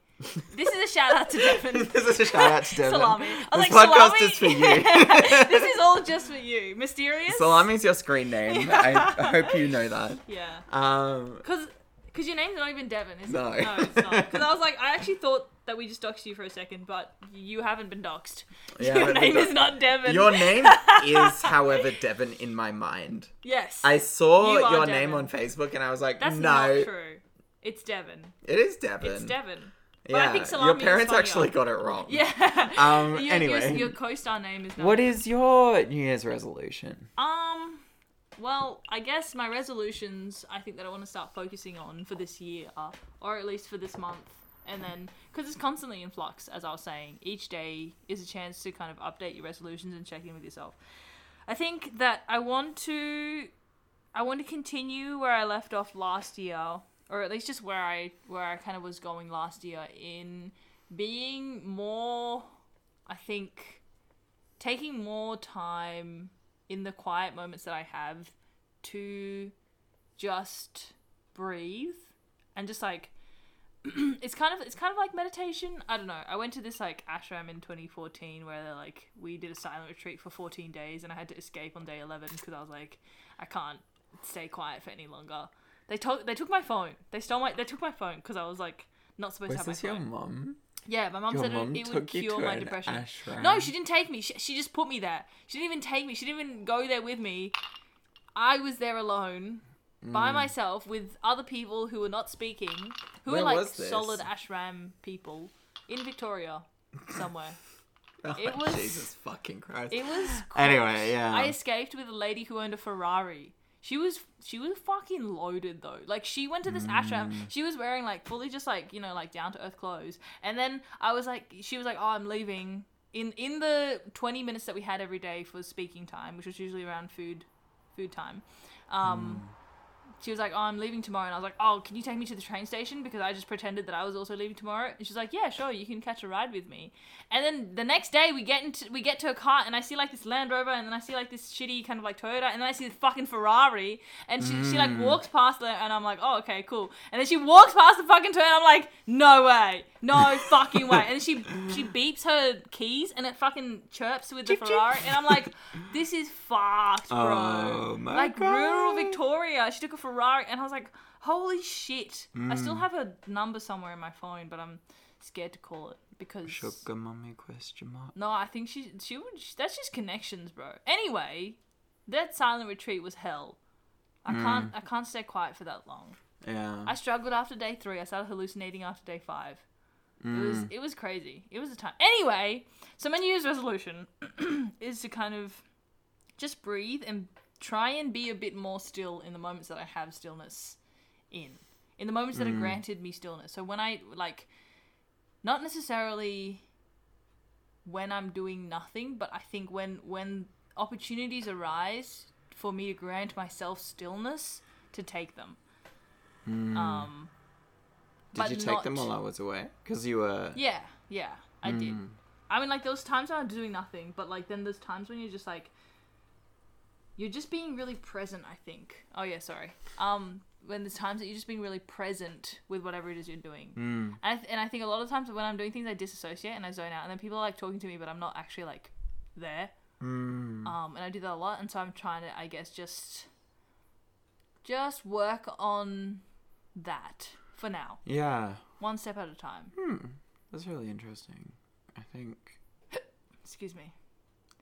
this is a shout out to Devin.
[LAUGHS] this is a shout out to Devin.
Salami. I was
This
like,
podcast
salami?
is for you.
[LAUGHS] this is all just for you, mysterious.
Salami's your screen
[LAUGHS]
name. I, I hope you know that.
Yeah.
Um,
Cause, cause your name's not even Devin, is
No.
it? No, it's not. Cause I was like, I actually thought that we just doxed you for a second, but you haven't been
[LAUGHS]
doxed.
Yeah,
your
but we
name
do-
is not Devin.
your
[LAUGHS]
name is, however, Devin in my mind.
Yes.
I saw
You are
your name
Devin.
on Facebook and I was like,
That's
no,
not true. It's Devin.
it is Devin.
[LAUGHS] It's Devin.
I think salami
your
is
parents
funnier.
actually got it wrong.
Yeah.
Um.
Your- your-
anyway,
your, co-star name is now.
what is your New Year's resolution?
Um.
Well, I guess my resolutions I think that I want to start focusing on for this year, uh, or at least for this month, and then because it's constantly in flux, as I was saying, each day is a chance to kind of update your resolutions and check in with yourself. I think that I want to, I want to continue where I left off last year, or at least just where I where I kind of was going last year in being more, I think, taking more time in the quiet moments that I have to just breathe and just like [CLEARS THROAT] it's kind of it's kind of like meditation. I don't know. I went to this like ashram in 2014 where they're like we did a silent retreat for 14 days and I had to escape on day 11 because I was like I can't stay quiet for any longer. They took they took my phone. They stole my they took my phone because I was like not supposed
Was
to
this
have my
your
phone.
mum?
Yeah, my mum
Your
said
mum
it, it would
took you
cure
to
my
an
depression.
ashram.
No, she didn't take me. She, she just put me there. She didn't even take me. She didn't even go there with me. I was there alone
Mm.
by myself with other people who were not speaking, who
Where
were like
was this?
solid ashram people in Victoria somewhere.
[LAUGHS] Oh,
It was-
Jesus fucking Christ.
It was cool.
Anyway, yeah.
I escaped with a lady who owned a Ferrari. She was she was fucking loaded though. Like she went to this ashram. She was wearing like fully just like you know like down to earth clothes. And then I was like, she was like, oh, I'm leaving. In in the 20 minutes that we had every day for speaking time, which was usually around food food time.
Hmm.
Um, She was like, "Oh, I'm leaving tomorrow," and I was like, "Oh, can you take me to the train station?" Because I just pretended that I was also leaving tomorrow. And she's like, "Yeah, sure, you can catch a ride with me." And then the next day, we get into we get to a car, and I see like this Land Rover, and then I see like this shitty kind of like Toyota, and then I see the fucking Ferrari, and she, she
Hmm.
like walks past there, and I'm like, "Oh, okay, cool." And then she walks past the fucking Toyota, and I'm like, "No way,
[LAUGHS]
no fucking way!" And then she she beeps her keys, and it fucking chirps with the
Chip, chip.
Ferrari, and I'm like, "This
[LAUGHS]
is fucked, bro."
Oh my
like rural
God.
Victoria. She took a Ferrari, and I was like, "Holy shit!" I still
Mm.
have her number somewhere in my phone, but I'm scared to call it because
Sugar mummy question mark.
no, I think she she would. That's just connections, bro. Anyway, that silent retreat was hell. I
Mm.
can't I can't stay quiet for that long.
Yeah.
I struggled after day three. I started hallucinating after day five. It was it was crazy. It was a time. Anyway, so my New Year's resolution [CLEARS THROAT] is to kind of just breathe and try and be a bit more still in the moments that I have stillness in, in the moments that are granted me stillness. So when I like, not necessarily when I'm doing nothing, but I think when when opportunities arise for me to grant myself stillness, to take them. Um.
Did you
but
take
not-
them while I was away? Because you were.
Yeah, yeah, I did. I mean, like those times when I'm doing nothing, but like then there's times when you're just like, you're just being really present. I think. Oh yeah, sorry. Um, when there's times that you're just being really present with whatever it is you're doing, mm. and I th- and I think a lot of times when I'm doing things, I disassociate and I zone out, and then people are like talking to me, but I'm not actually like there. Um, and I do that a lot, and so I'm trying to, I guess, just just work on that for now,
Yeah.
one step at a time.
That's really interesting. I think.
Excuse me.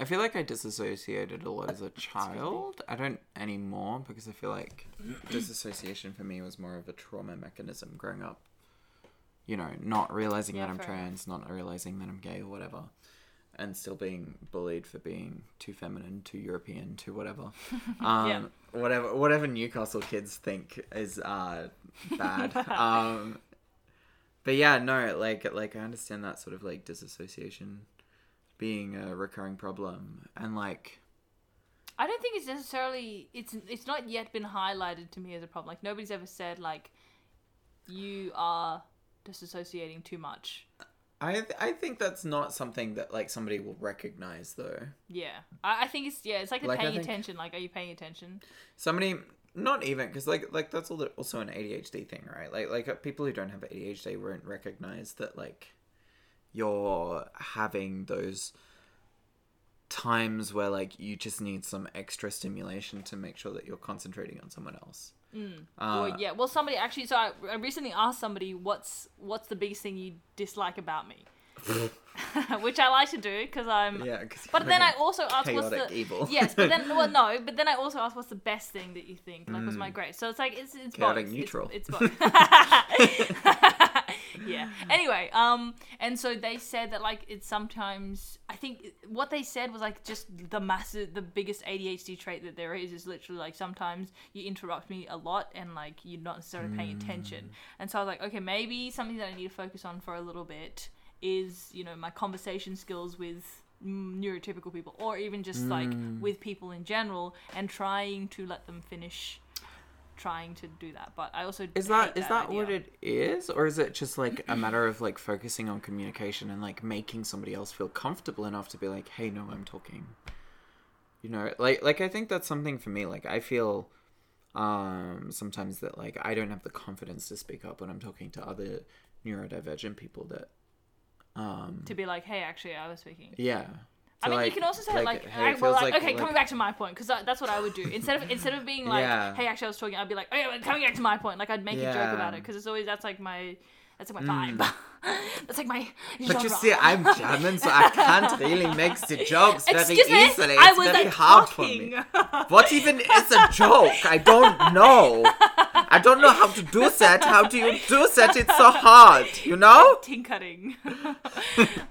I feel like I disassociated a lot as a child. I don't anymore because I feel like [CLEARS THROAT] disassociation for me was more of a trauma mechanism growing up. You know, not realizing
Yeah,
that I'm
fair
trans, not realizing that I'm gay or whatever, and still being bullied for being too feminine, too European, too whatever. Um,
Yeah.
Whatever, whatever Newcastle kids think is uh, bad. um, but yeah, no, like, like I understand that sort of like disassociation being a recurring problem and like
I don't think it's necessarily it's it's not yet been highlighted to me as a problem. Like nobody's ever said like you are disassociating too much.
I th- I think that's not something that like somebody will recognize though.
Yeah, I, I think it's yeah. It's like, the
Like, I
paying
think-
attention. Like, are you paying attention?
Somebody not even because like like that's all also an ADHD thing, right? Like like uh, people who don't have ADHD won't recognize that like you're having those times where like you just need some extra stimulation to make sure that you're concentrating on someone else. Uh,
or yeah. Well, somebody actually. So I, I recently asked somebody what's what's the biggest thing you dislike
[LAUGHS]
about me, [LAUGHS] which I like to do because I'm.
Yeah, because
But then I also asked what's
chaotic
the
evil.
yes, but
[LAUGHS]
then well no, but then I also asked what's the best thing
Mm. [LAUGHS]
that you think like was my great. So it's like it's it's
Chaotic
both. [LAUGHS]
neutral.
It's, it's both. [LAUGHS] yeah. Anyway, um, and so they said that like it's sometimes I think what they said was like just the massive, the biggest ADHD trait that there is is literally like sometimes you interrupt me a lot and like you're not necessarily
Mm.
paying attention. And so I was like, okay, maybe something that I need to focus on for a little bit is you know my conversation skills with mm, neurotypical people or even just like
Mm.
with people in general and trying to let them finish trying to do that but i also
Is
hate
that is that
idea.
what it is, or is it just like a matter of like focusing on communication and like making somebody else feel comfortable enough to be like, "Hey, no, I'm talking." You know, like like I think that's something for me. Like I feel um sometimes that like I don't have the confidence to speak up when I'm talking to other neurodivergent people. That
to be like, hey, actually, I was speaking.
yeah.
I
So,
mean, you can also say like,
hey,
I,
it
well,
feels
like, okay,
like-
coming back to my point, because that's what I would do. Instead of instead of being like,
Yeah.
hey, actually, I was talking, I'd be like, oh yeah, well, coming back to my point. Like I'd make a
Yeah. Mm.
joke about it, because it's always that's like my that's like my vibe. [LAUGHS] that's like my.
But you
genre.
see, I'm German, so I can't really make the jokes
[LAUGHS]
very
Excuse me,
easily.
I
It's
was
very
like,
hard
talking. [LAUGHS]
for me. What even is a joke? I don't know. I don't know how to do that. How do you do that? It's so hard, you know?
Tinkering.
[LAUGHS]
[LAUGHS]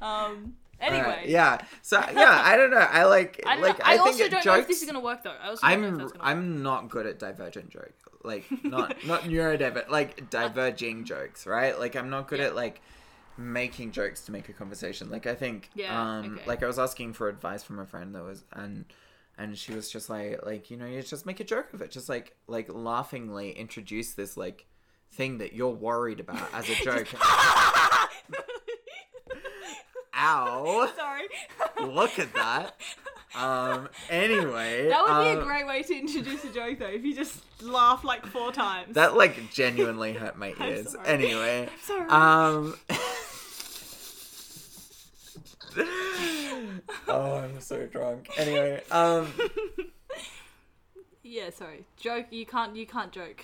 um. Anyway.
Right, yeah. So yeah, I don't know. I like
I, don't
like
know. I,
I, think
also
it
don't
jokes.
know if this is gonna work though. I also don't know if
I'm
that's gonna work.
I'm not good at divergent joke. Like not
[LAUGHS]
not neurodiver like diverging jokes, right? Like I'm not good
Uh, Yeah.
at like making jokes to make a conversation. Like I think
Yeah,
um
okay.
like I was asking for advice from a friend that was and and she was just like like you know, you just make a joke of it. Just like like laughingly introduce this like thing that you're worried about as a
[LAUGHS]
joke. Ow.
[LAUGHS] Sorry.
Look at that. Um anyway.
That would be a
um,
great way to introduce a joke, though, if you just laugh like four times.
That like genuinely hurt
[LAUGHS]
my ears.
sorry.
Anyway,
sorry. [LAUGHS]
um. [LAUGHS] oh, I'm so drunk. Anyway,
[LAUGHS]
um,
yeah, sorry. Joke. You can't. You can't joke.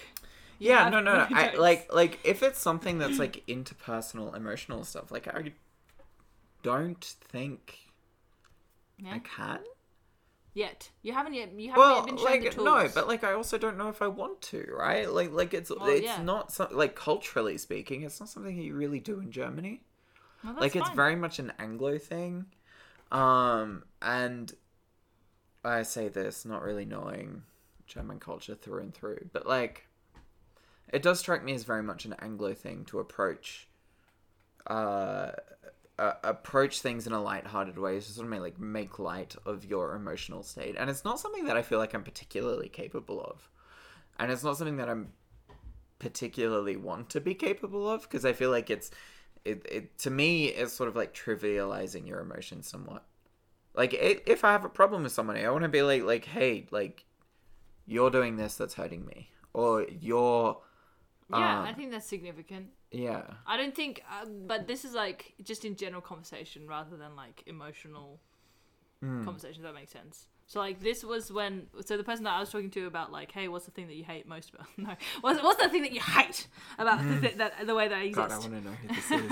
yeah,
have
no, no, no.
no
I,
jokes.
like, like if it's something that's like interpersonal, emotional stuff, like I don't think
Yeah.
I can.
Yet you haven't yet. You haven't
Well,
yet been shown the
like
tools.
no, but like I also don't know if I want to, right? Like, like it's it's
yeah.
not so, like culturally speaking, it's not something that you really do in Germany.
Well, Oh, that's
like it's
fine.
very much an anglo thing um and i say this not really knowing german culture through and through but like it does strike me as very much an anglo thing to approach uh uh, approach things in a light-hearted way to sort of make, like make light of your emotional state and it's not something that i feel like i'm particularly capable of and it's not something that i'm particularly want to be capable of because I feel like it's it, it to me it's sort of like trivializing your emotions somewhat. Like i if I have a problem with somebody, I want to be like like hey like you're doing this that's hurting me or you're
yeah,
um,
I think that's significant.
yeah
I don't think, uh, but this is like just in general conversation rather than like emotional
Hmm.
conversation. if That makes sense. So like this was when so the person that I was talking to about like hey what's the thing that you hate most about [LAUGHS] no what's, what's the thing that you hate about
Hmm.
the, thi- that, the way that I exist
God I want to know who this is.
[LAUGHS]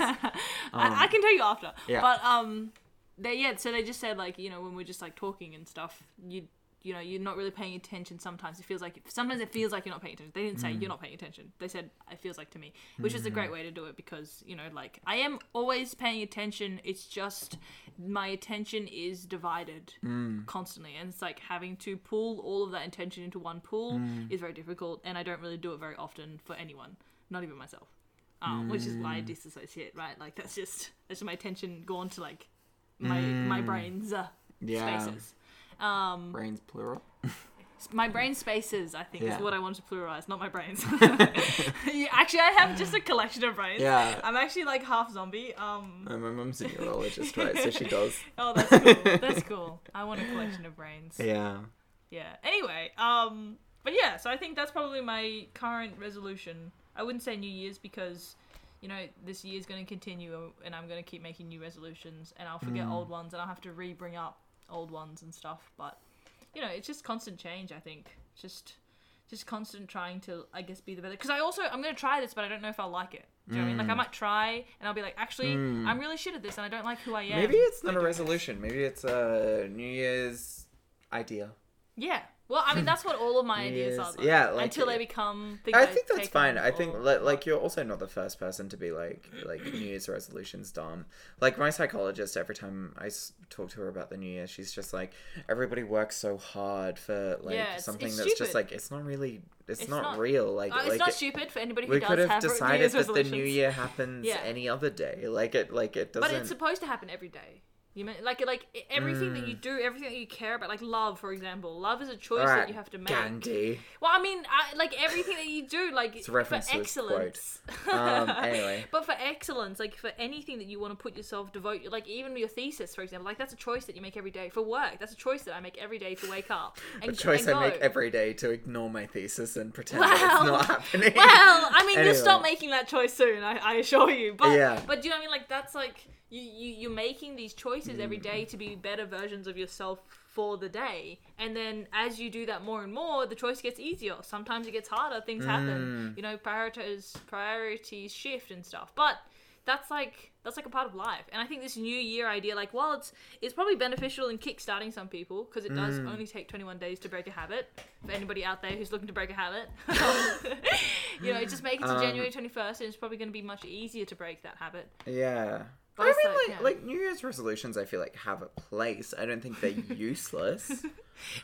I, I can tell you after.
yeah.
But um, they yeah. So they just said like you know when we're just like talking and stuff, you you know you're not really paying attention. Sometimes it feels like sometimes it feels like you're not paying attention. They didn't say you're not paying attention. They said it feels like to me, which is a great way to do it because you know like I am always paying attention. It's just my attention is divided constantly, and it's like having to pull all of that intention into one pool is very difficult, and I don't really do it very often for anyone, not even myself um, which is
Mm.
why I disassociate, right? Like that's just that's just my attention gone to like my my brain's uh,
Mm. yeah
spaces. Um,
brains plural
s- my brain spaces, I think,
Yeah.
is what I want to pluralize, not
[LAUGHS]
my brains. [LAUGHS] Yeah, actually, I have just a collection of brains.
Yeah.
I'm actually like half zombie. Um,
Uh, my mum's a neurologist right so she does
oh, that's cool. That's cool. I want a collection of brains.
[LAUGHS] yeah
Yeah. Anyway, um, but yeah, so I think that's probably my current resolution. I wouldn't say New Year's because, you know, this year's going to continue and I'm going to keep making new resolutions and I'll forget old ones and I'll have to re bring up old ones and stuff. But, you know, it's just constant change, I think. Just. Just constant trying to, I guess, be the better. Because I also, I'm going to try this, but I don't know if I'll like it. Do you know what I mean? Like, I might try and I'll be like, actually, I'm really shit at this and I don't like who I am.
maybe it's not a resolution maybe it's a New Year's idea
Yeah. Well, I mean, that's what all
[LAUGHS]
of my ideas
Yes.
are. Though,
Yeah, like-
until they become. Things
I think that's
take
fine.
on
I think
or-
li- like you're also not the first person to be like like New Year's resolutions dumb. Like my psychologist, every time I s- talk to her about the New Year, she's just like, everybody works so hard for like
Yeah, it's-
something
it's
that's just
stupid.
like it's not really it's,
It's
not,
not-
real. Like
Uh, it's
like
not
it-
stupid for anybody who
we
does
could have
have New
decided
Year's
that the New
resolutions.
Year happens
Yeah.
any other day. Like it like it doesn't.
But it's supposed to happen every day. You mean like like e- everything that you
Mm.
do, everything that you care about, like love, for example. Love is a choice that
Alright,
you have to make.
Gandhi.
Well, I mean, I, like everything that you do, like
a reference
for
to his quote.
excellence.
Um, anyway.
[LAUGHS] but for excellence, like for anything that you want to put yourself, devote, like even your thesis, for example, like that's a choice that you make every day. For work, that's a choice that I make every day to wake up. And,
[LAUGHS] A choice
and
I make
go.
every day to ignore my thesis and pretend
Wow.
that it's not happening.
[LAUGHS] Well, I mean, you'll
Anyway.
stop making that choice soon, I, I assure you. But
Yeah.
but do you know what I mean? Like that's like you, you you're making these choices every
Mm.
day to be better versions of yourself for the day, and then as you do that more and more, the choice gets easier. Sometimes it gets harder. Things
Mm.
happen. You know, priorities priorities shift and stuff. But that's like that's like a part of life and i think this new year idea like well it's it's probably beneficial in kickstarting some people because it does
Mm.
only take 21 days to break a habit for anybody out there who's looking to break a habit [LAUGHS] you know just make it to
Um,
january 21st and it's probably going to be much easier to break that habit
Yeah.
But
I mean,
it's
like,
like, yeah.
like New Year's resolutions, I feel like have a place. I don't think they're
[LAUGHS]
useless.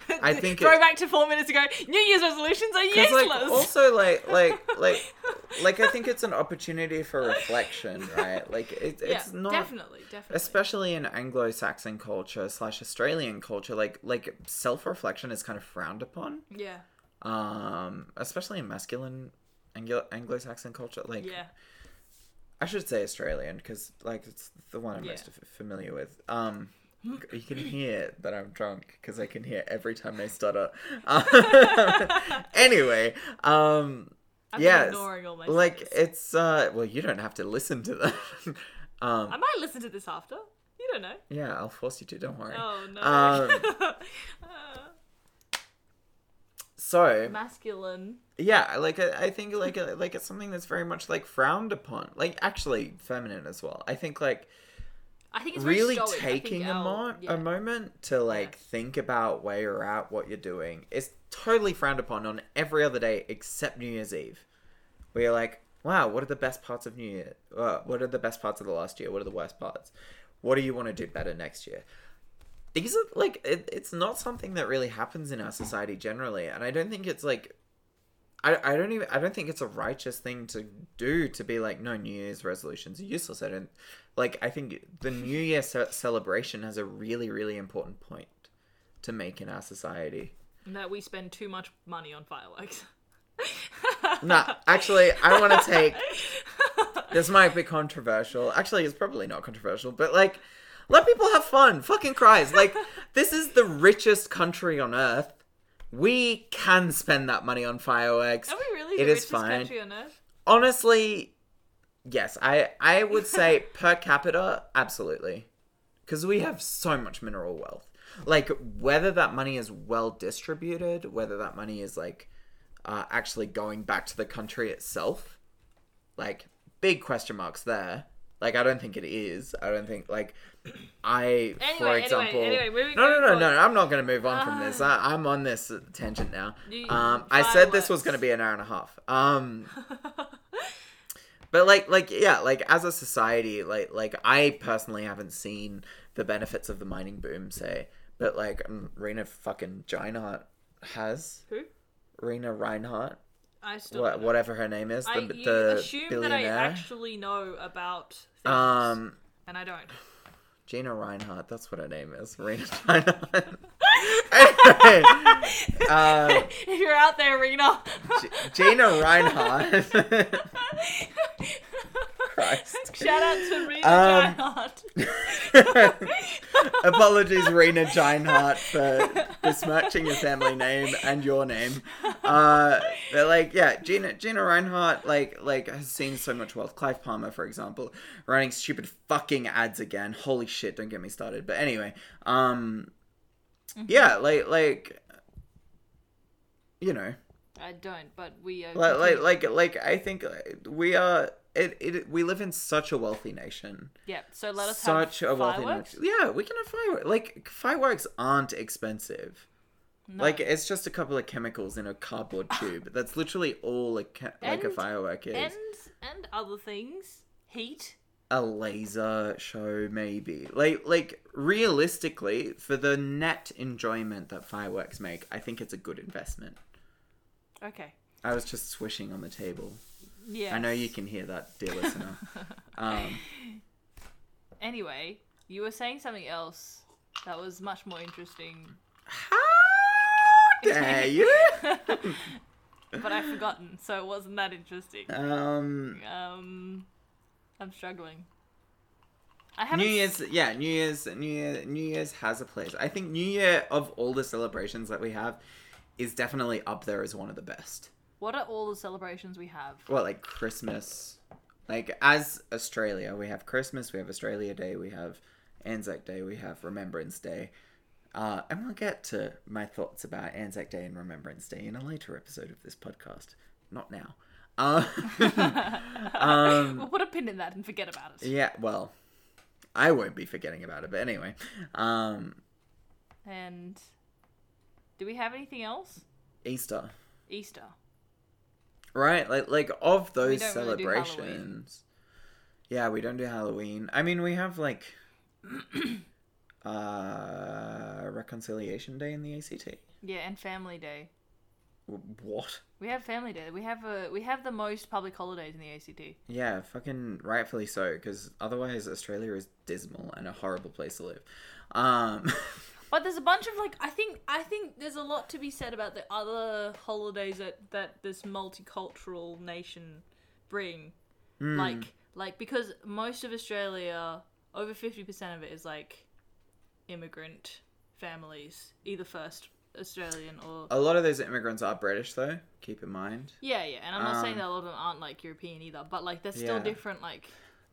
I think
throw
it-
back to four minutes ago new year's resolutions are
'cause,
useless
like, also, like, like, like, like, I think it's an opportunity for reflection, right? Like, it,
yeah,
it's not,
definitely definitely
especially in Anglo-Saxon culture slash Australian culture, like, like self-reflection is kind of frowned upon,
yeah
um, especially in masculine Anglo- Anglo-Saxon culture. Like,
yeah
I should say Australian because like it's the one I'm
Yeah.
most f- familiar with.
[LAUGHS]
Um, you can hear that I'm drunk because I can hear every time I
[LAUGHS]
stutter. Um, anyway, um,
i'm
yes,
ignoring all my
like
studies.
it's uh, well, you don't have to listen to them. [LAUGHS] um,
i might listen to this after you don't know
yeah, I'll force you to. Don't worry. Um,
oh no [LAUGHS] Uh,
So
masculine
yeah, like I, I think like uh, like it's something that's very much like frowned upon. Like actually, feminine as well. I think like
I think it's very
really
stoic. I think
taking a,
our-
mo-
yeah.
a moment to like think about where you're at, what you're doing, is totally frowned upon on every other day except New Year's Eve, where you're like, wow, what are the best parts of New Year? Uh, what are the best parts of the last year? What are the worst parts? What do you want to do better next year? These are like it, it's not something that really happens in our society generally, and I don't think it's like I, I don't even I don't think it's a righteous thing to do to be like no New Year's resolutions are useless. I don't like I think the New Year ce- celebration has a really really important point to make in our society.
that we spend too much money on fireworks. [LAUGHS]
Nah, actually I want to take this might be controversial. Actually, it's probably not controversial, but like let people have fun. Fucking Christ, like this is the richest country on earth. We can spend that money on fireworks.
Are we really
It
the
is
richest
fine.
country on earth?
honestly yes i i would say
[LAUGHS]
per capita absolutely because we have so much mineral wealth like whether that money is well distributed whether that money is like uh, actually going back to the country itself like big question marks there like i don't think it is i don't think like [CLEARS THROAT] i for
anyway,
example
anyway, Ah. where are we
no no
going
no
for-
no i'm not going to move on from this I, i'm on this tangent now
You-
um i said this was
fireworks.
going to be an hour and a half
[LAUGHS]
um but like like yeah, like as a society, like like I personally haven't seen the benefits of the mining boom, say. But like um, Rena fucking Reinhardt has
Who?
Rena Reinhardt,
I still
wha-
don't know.
whatever her name is, the,
I, you
the
assume that I
billionaire.
actually know about things,
Um,
and I don't.
Gina Reinhardt, that's what her name is, Rena Reinhardt. [LAUGHS] anyway, um,
[LAUGHS] If you're out there, Rena. [LAUGHS]
G- Gina Reinhardt. [LAUGHS] Christ.
[LAUGHS] Shout out to Rena
Um, [LAUGHS]
Gerhardt.
Apologies, Rena Geinhardt, for besmirching your family name and your name. Uh, but like, yeah, Gina Gina Reinhardt, like, like has seen so much wealth. Clive Palmer, for example, running stupid fucking ads again. Holy shit! Don't get me started. But anyway, um, yeah, like, like, you know,
I don't, but we are.
like, like, like, like, I think we are. It, it, we live in such a wealthy nation
yeah, so let us have
such a wealthy
fireworks.
nation. Yeah, we can have fireworks. Like fireworks aren't expensive. Like it's just a couple of chemicals in a
[LAUGHS]
cardboard tube. That's literally all a ca- like a
And-
firework is.
And and other things. Heat.
a laser show maybe like like realistically for the net enjoyment that fireworks make i think it's a good investment
Okay.
i was just swishing on the table
Yeah.
i know you can hear that dear
[LAUGHS]
listener um,
Anyway, you were saying something else that was much
[LAUGHS]
more interesting,
how
[LAUGHS]
dare you
but I've forgotten, so it wasn't that interesting.
um
Um, I'm struggling. I haven't.
new
s-
year's yeah new year's new year new year's has a place i think new year of all the celebrations that we have is definitely up there as one of the best
What are all the celebrations we have?
well like christmas like as australia we have christmas we have australia day we have anzac day we have remembrance day uh, and we'll get to my thoughts about anzac day and remembrance day in a later episode of this podcast not now uh, [LAUGHS] um,
[LAUGHS] We'll put a pin in that and forget about it.
yeah well i won't be forgetting about it but anyway um,
And do we have anything else?
easter
Easter.
right like like of those
don't really do Halloween.
celebrations yeah we don't do halloween i mean we have like [CLEARS THROAT] uh reconciliation day in the act
Yeah, and Family Day.
W- what
We have Family Day. We have a we have the most public holidays in the ACT.
yeah fucking rightfully so because otherwise australia is dismal and a horrible place to live um [LAUGHS]
But there's a bunch of like I think I think there's a lot to be said about the other holidays that that this multicultural nation bring. Like like because most of Australia, over 50% of it is like immigrant families, either first Australian or
a lot of those immigrants are british though keep in mind
Yeah, yeah, and I'm not saying
Um,
that a lot of them aren't like European either, but like they're still
yeah.
different like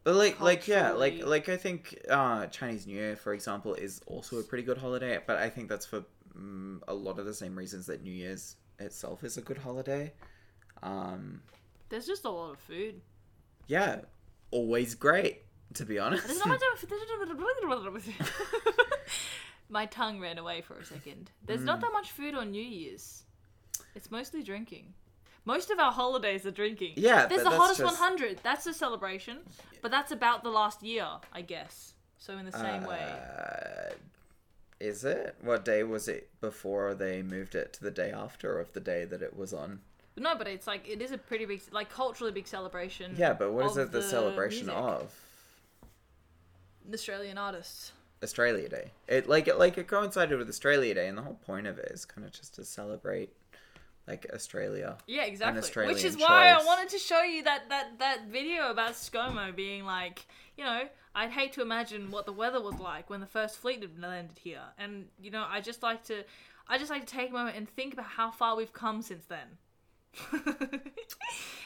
But like, like yeah, like
Culturally.
like I think uh, Chinese New Year, for example, is also a pretty good holiday. But I think that's for mm a lot of the same reasons that New Year's itself is a good holiday. Um,
there's just a lot of food.
yeah, always great to be honest.
There's not much
[LAUGHS]
My tongue ran away for a second. There's not
Hmm.
that much food on New Year's. It's mostly drinking. Most of our holidays are drinking.
Yeah,
There's
but
the
that's
hottest
just-
100. That's a celebration, but that's about the last year, I guess. So in
[LAUGHS]
the same way.
Uh, is it? What day was it before they moved it to the day after of the day that it was on?
No, but it's like it is a pretty big, like culturally big celebration.
Yeah, but what is
of
it the, celebration
music.
of?
The Australian artists.
Australia Day. It like it like it coincided with Australia Day, and the whole point of it is kind of just to celebrate like Australia.
Yeah, exactly. Which is
Australian
why I
choice.
wanted to show you that, that, that video about ScoMo being like, you know, I'd hate to imagine what the weather was like when the first fleet had landed here. And, you know, I just like to I just like to take a moment and think about how far we've come since then. [LAUGHS]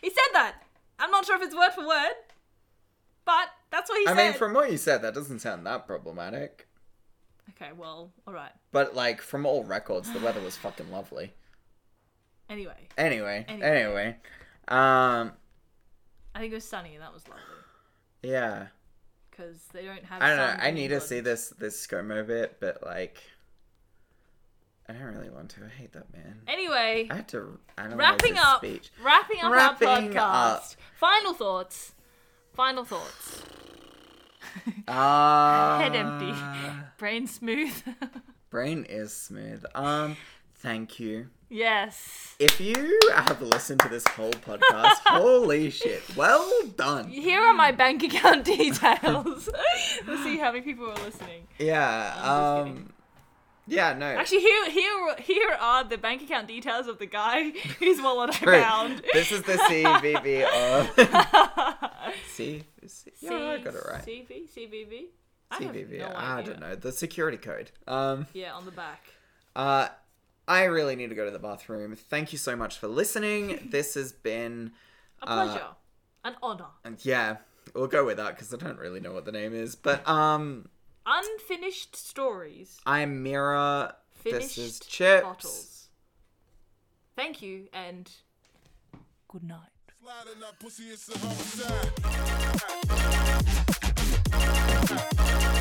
he said that. I'm not sure if it's word for word, but that's what he
I
said.
mean, from what you said, that doesn't sound that problematic.
okay, well, all right.
But like from all records, the weather was fucking lovely.
Anyway,
Anyway,
Anyway.
anyway, um,
I think it was sunny and that was lovely
yeah.
because they don't have.
I don't know.
sun
I
in
need to
England.
see this this ScoMo bit, but like, I don't really want to. I hate that man.
Anyway,
I had to analyze
wrapping
his
up,
speech.
wrapping up our
Wrapping up.
podcast. Final thoughts. Final thoughts.
Uh,
Head empty. Brain smooth.
Ah,
[LAUGHS]
Brain is smooth. Um, thank you.
yes.
If you have listened to this whole
[LAUGHS]
podcast, holy shit. Well done.
Here are my bank account [LAUGHS] details. [LAUGHS] Let's see how many people are listening.
Yeah.
I'm just
Um Yeah, no.
Actually, here, here, here are the bank account details of the guy [LAUGHS] whose wallet I
True.
found.
This is the
[LAUGHS]
CVV of C, C- Yeah, I got it right.
CV, CVV. I have
CVV.
no
I
idea.
don't know. The security code. Um
Yeah, on the back.
Uh, I really need to go to the bathroom. Thank you so much for
[LAUGHS]
listening. This has been
A
Uh,
pleasure. An honor.
and yeah, we'll go with that because I don't really know what the name is. But um
Unfinished stories.
I'm Mira. this
finished
is Chips.
bottles. Thank you and good night.
Sliding that pussy, it's a homicide.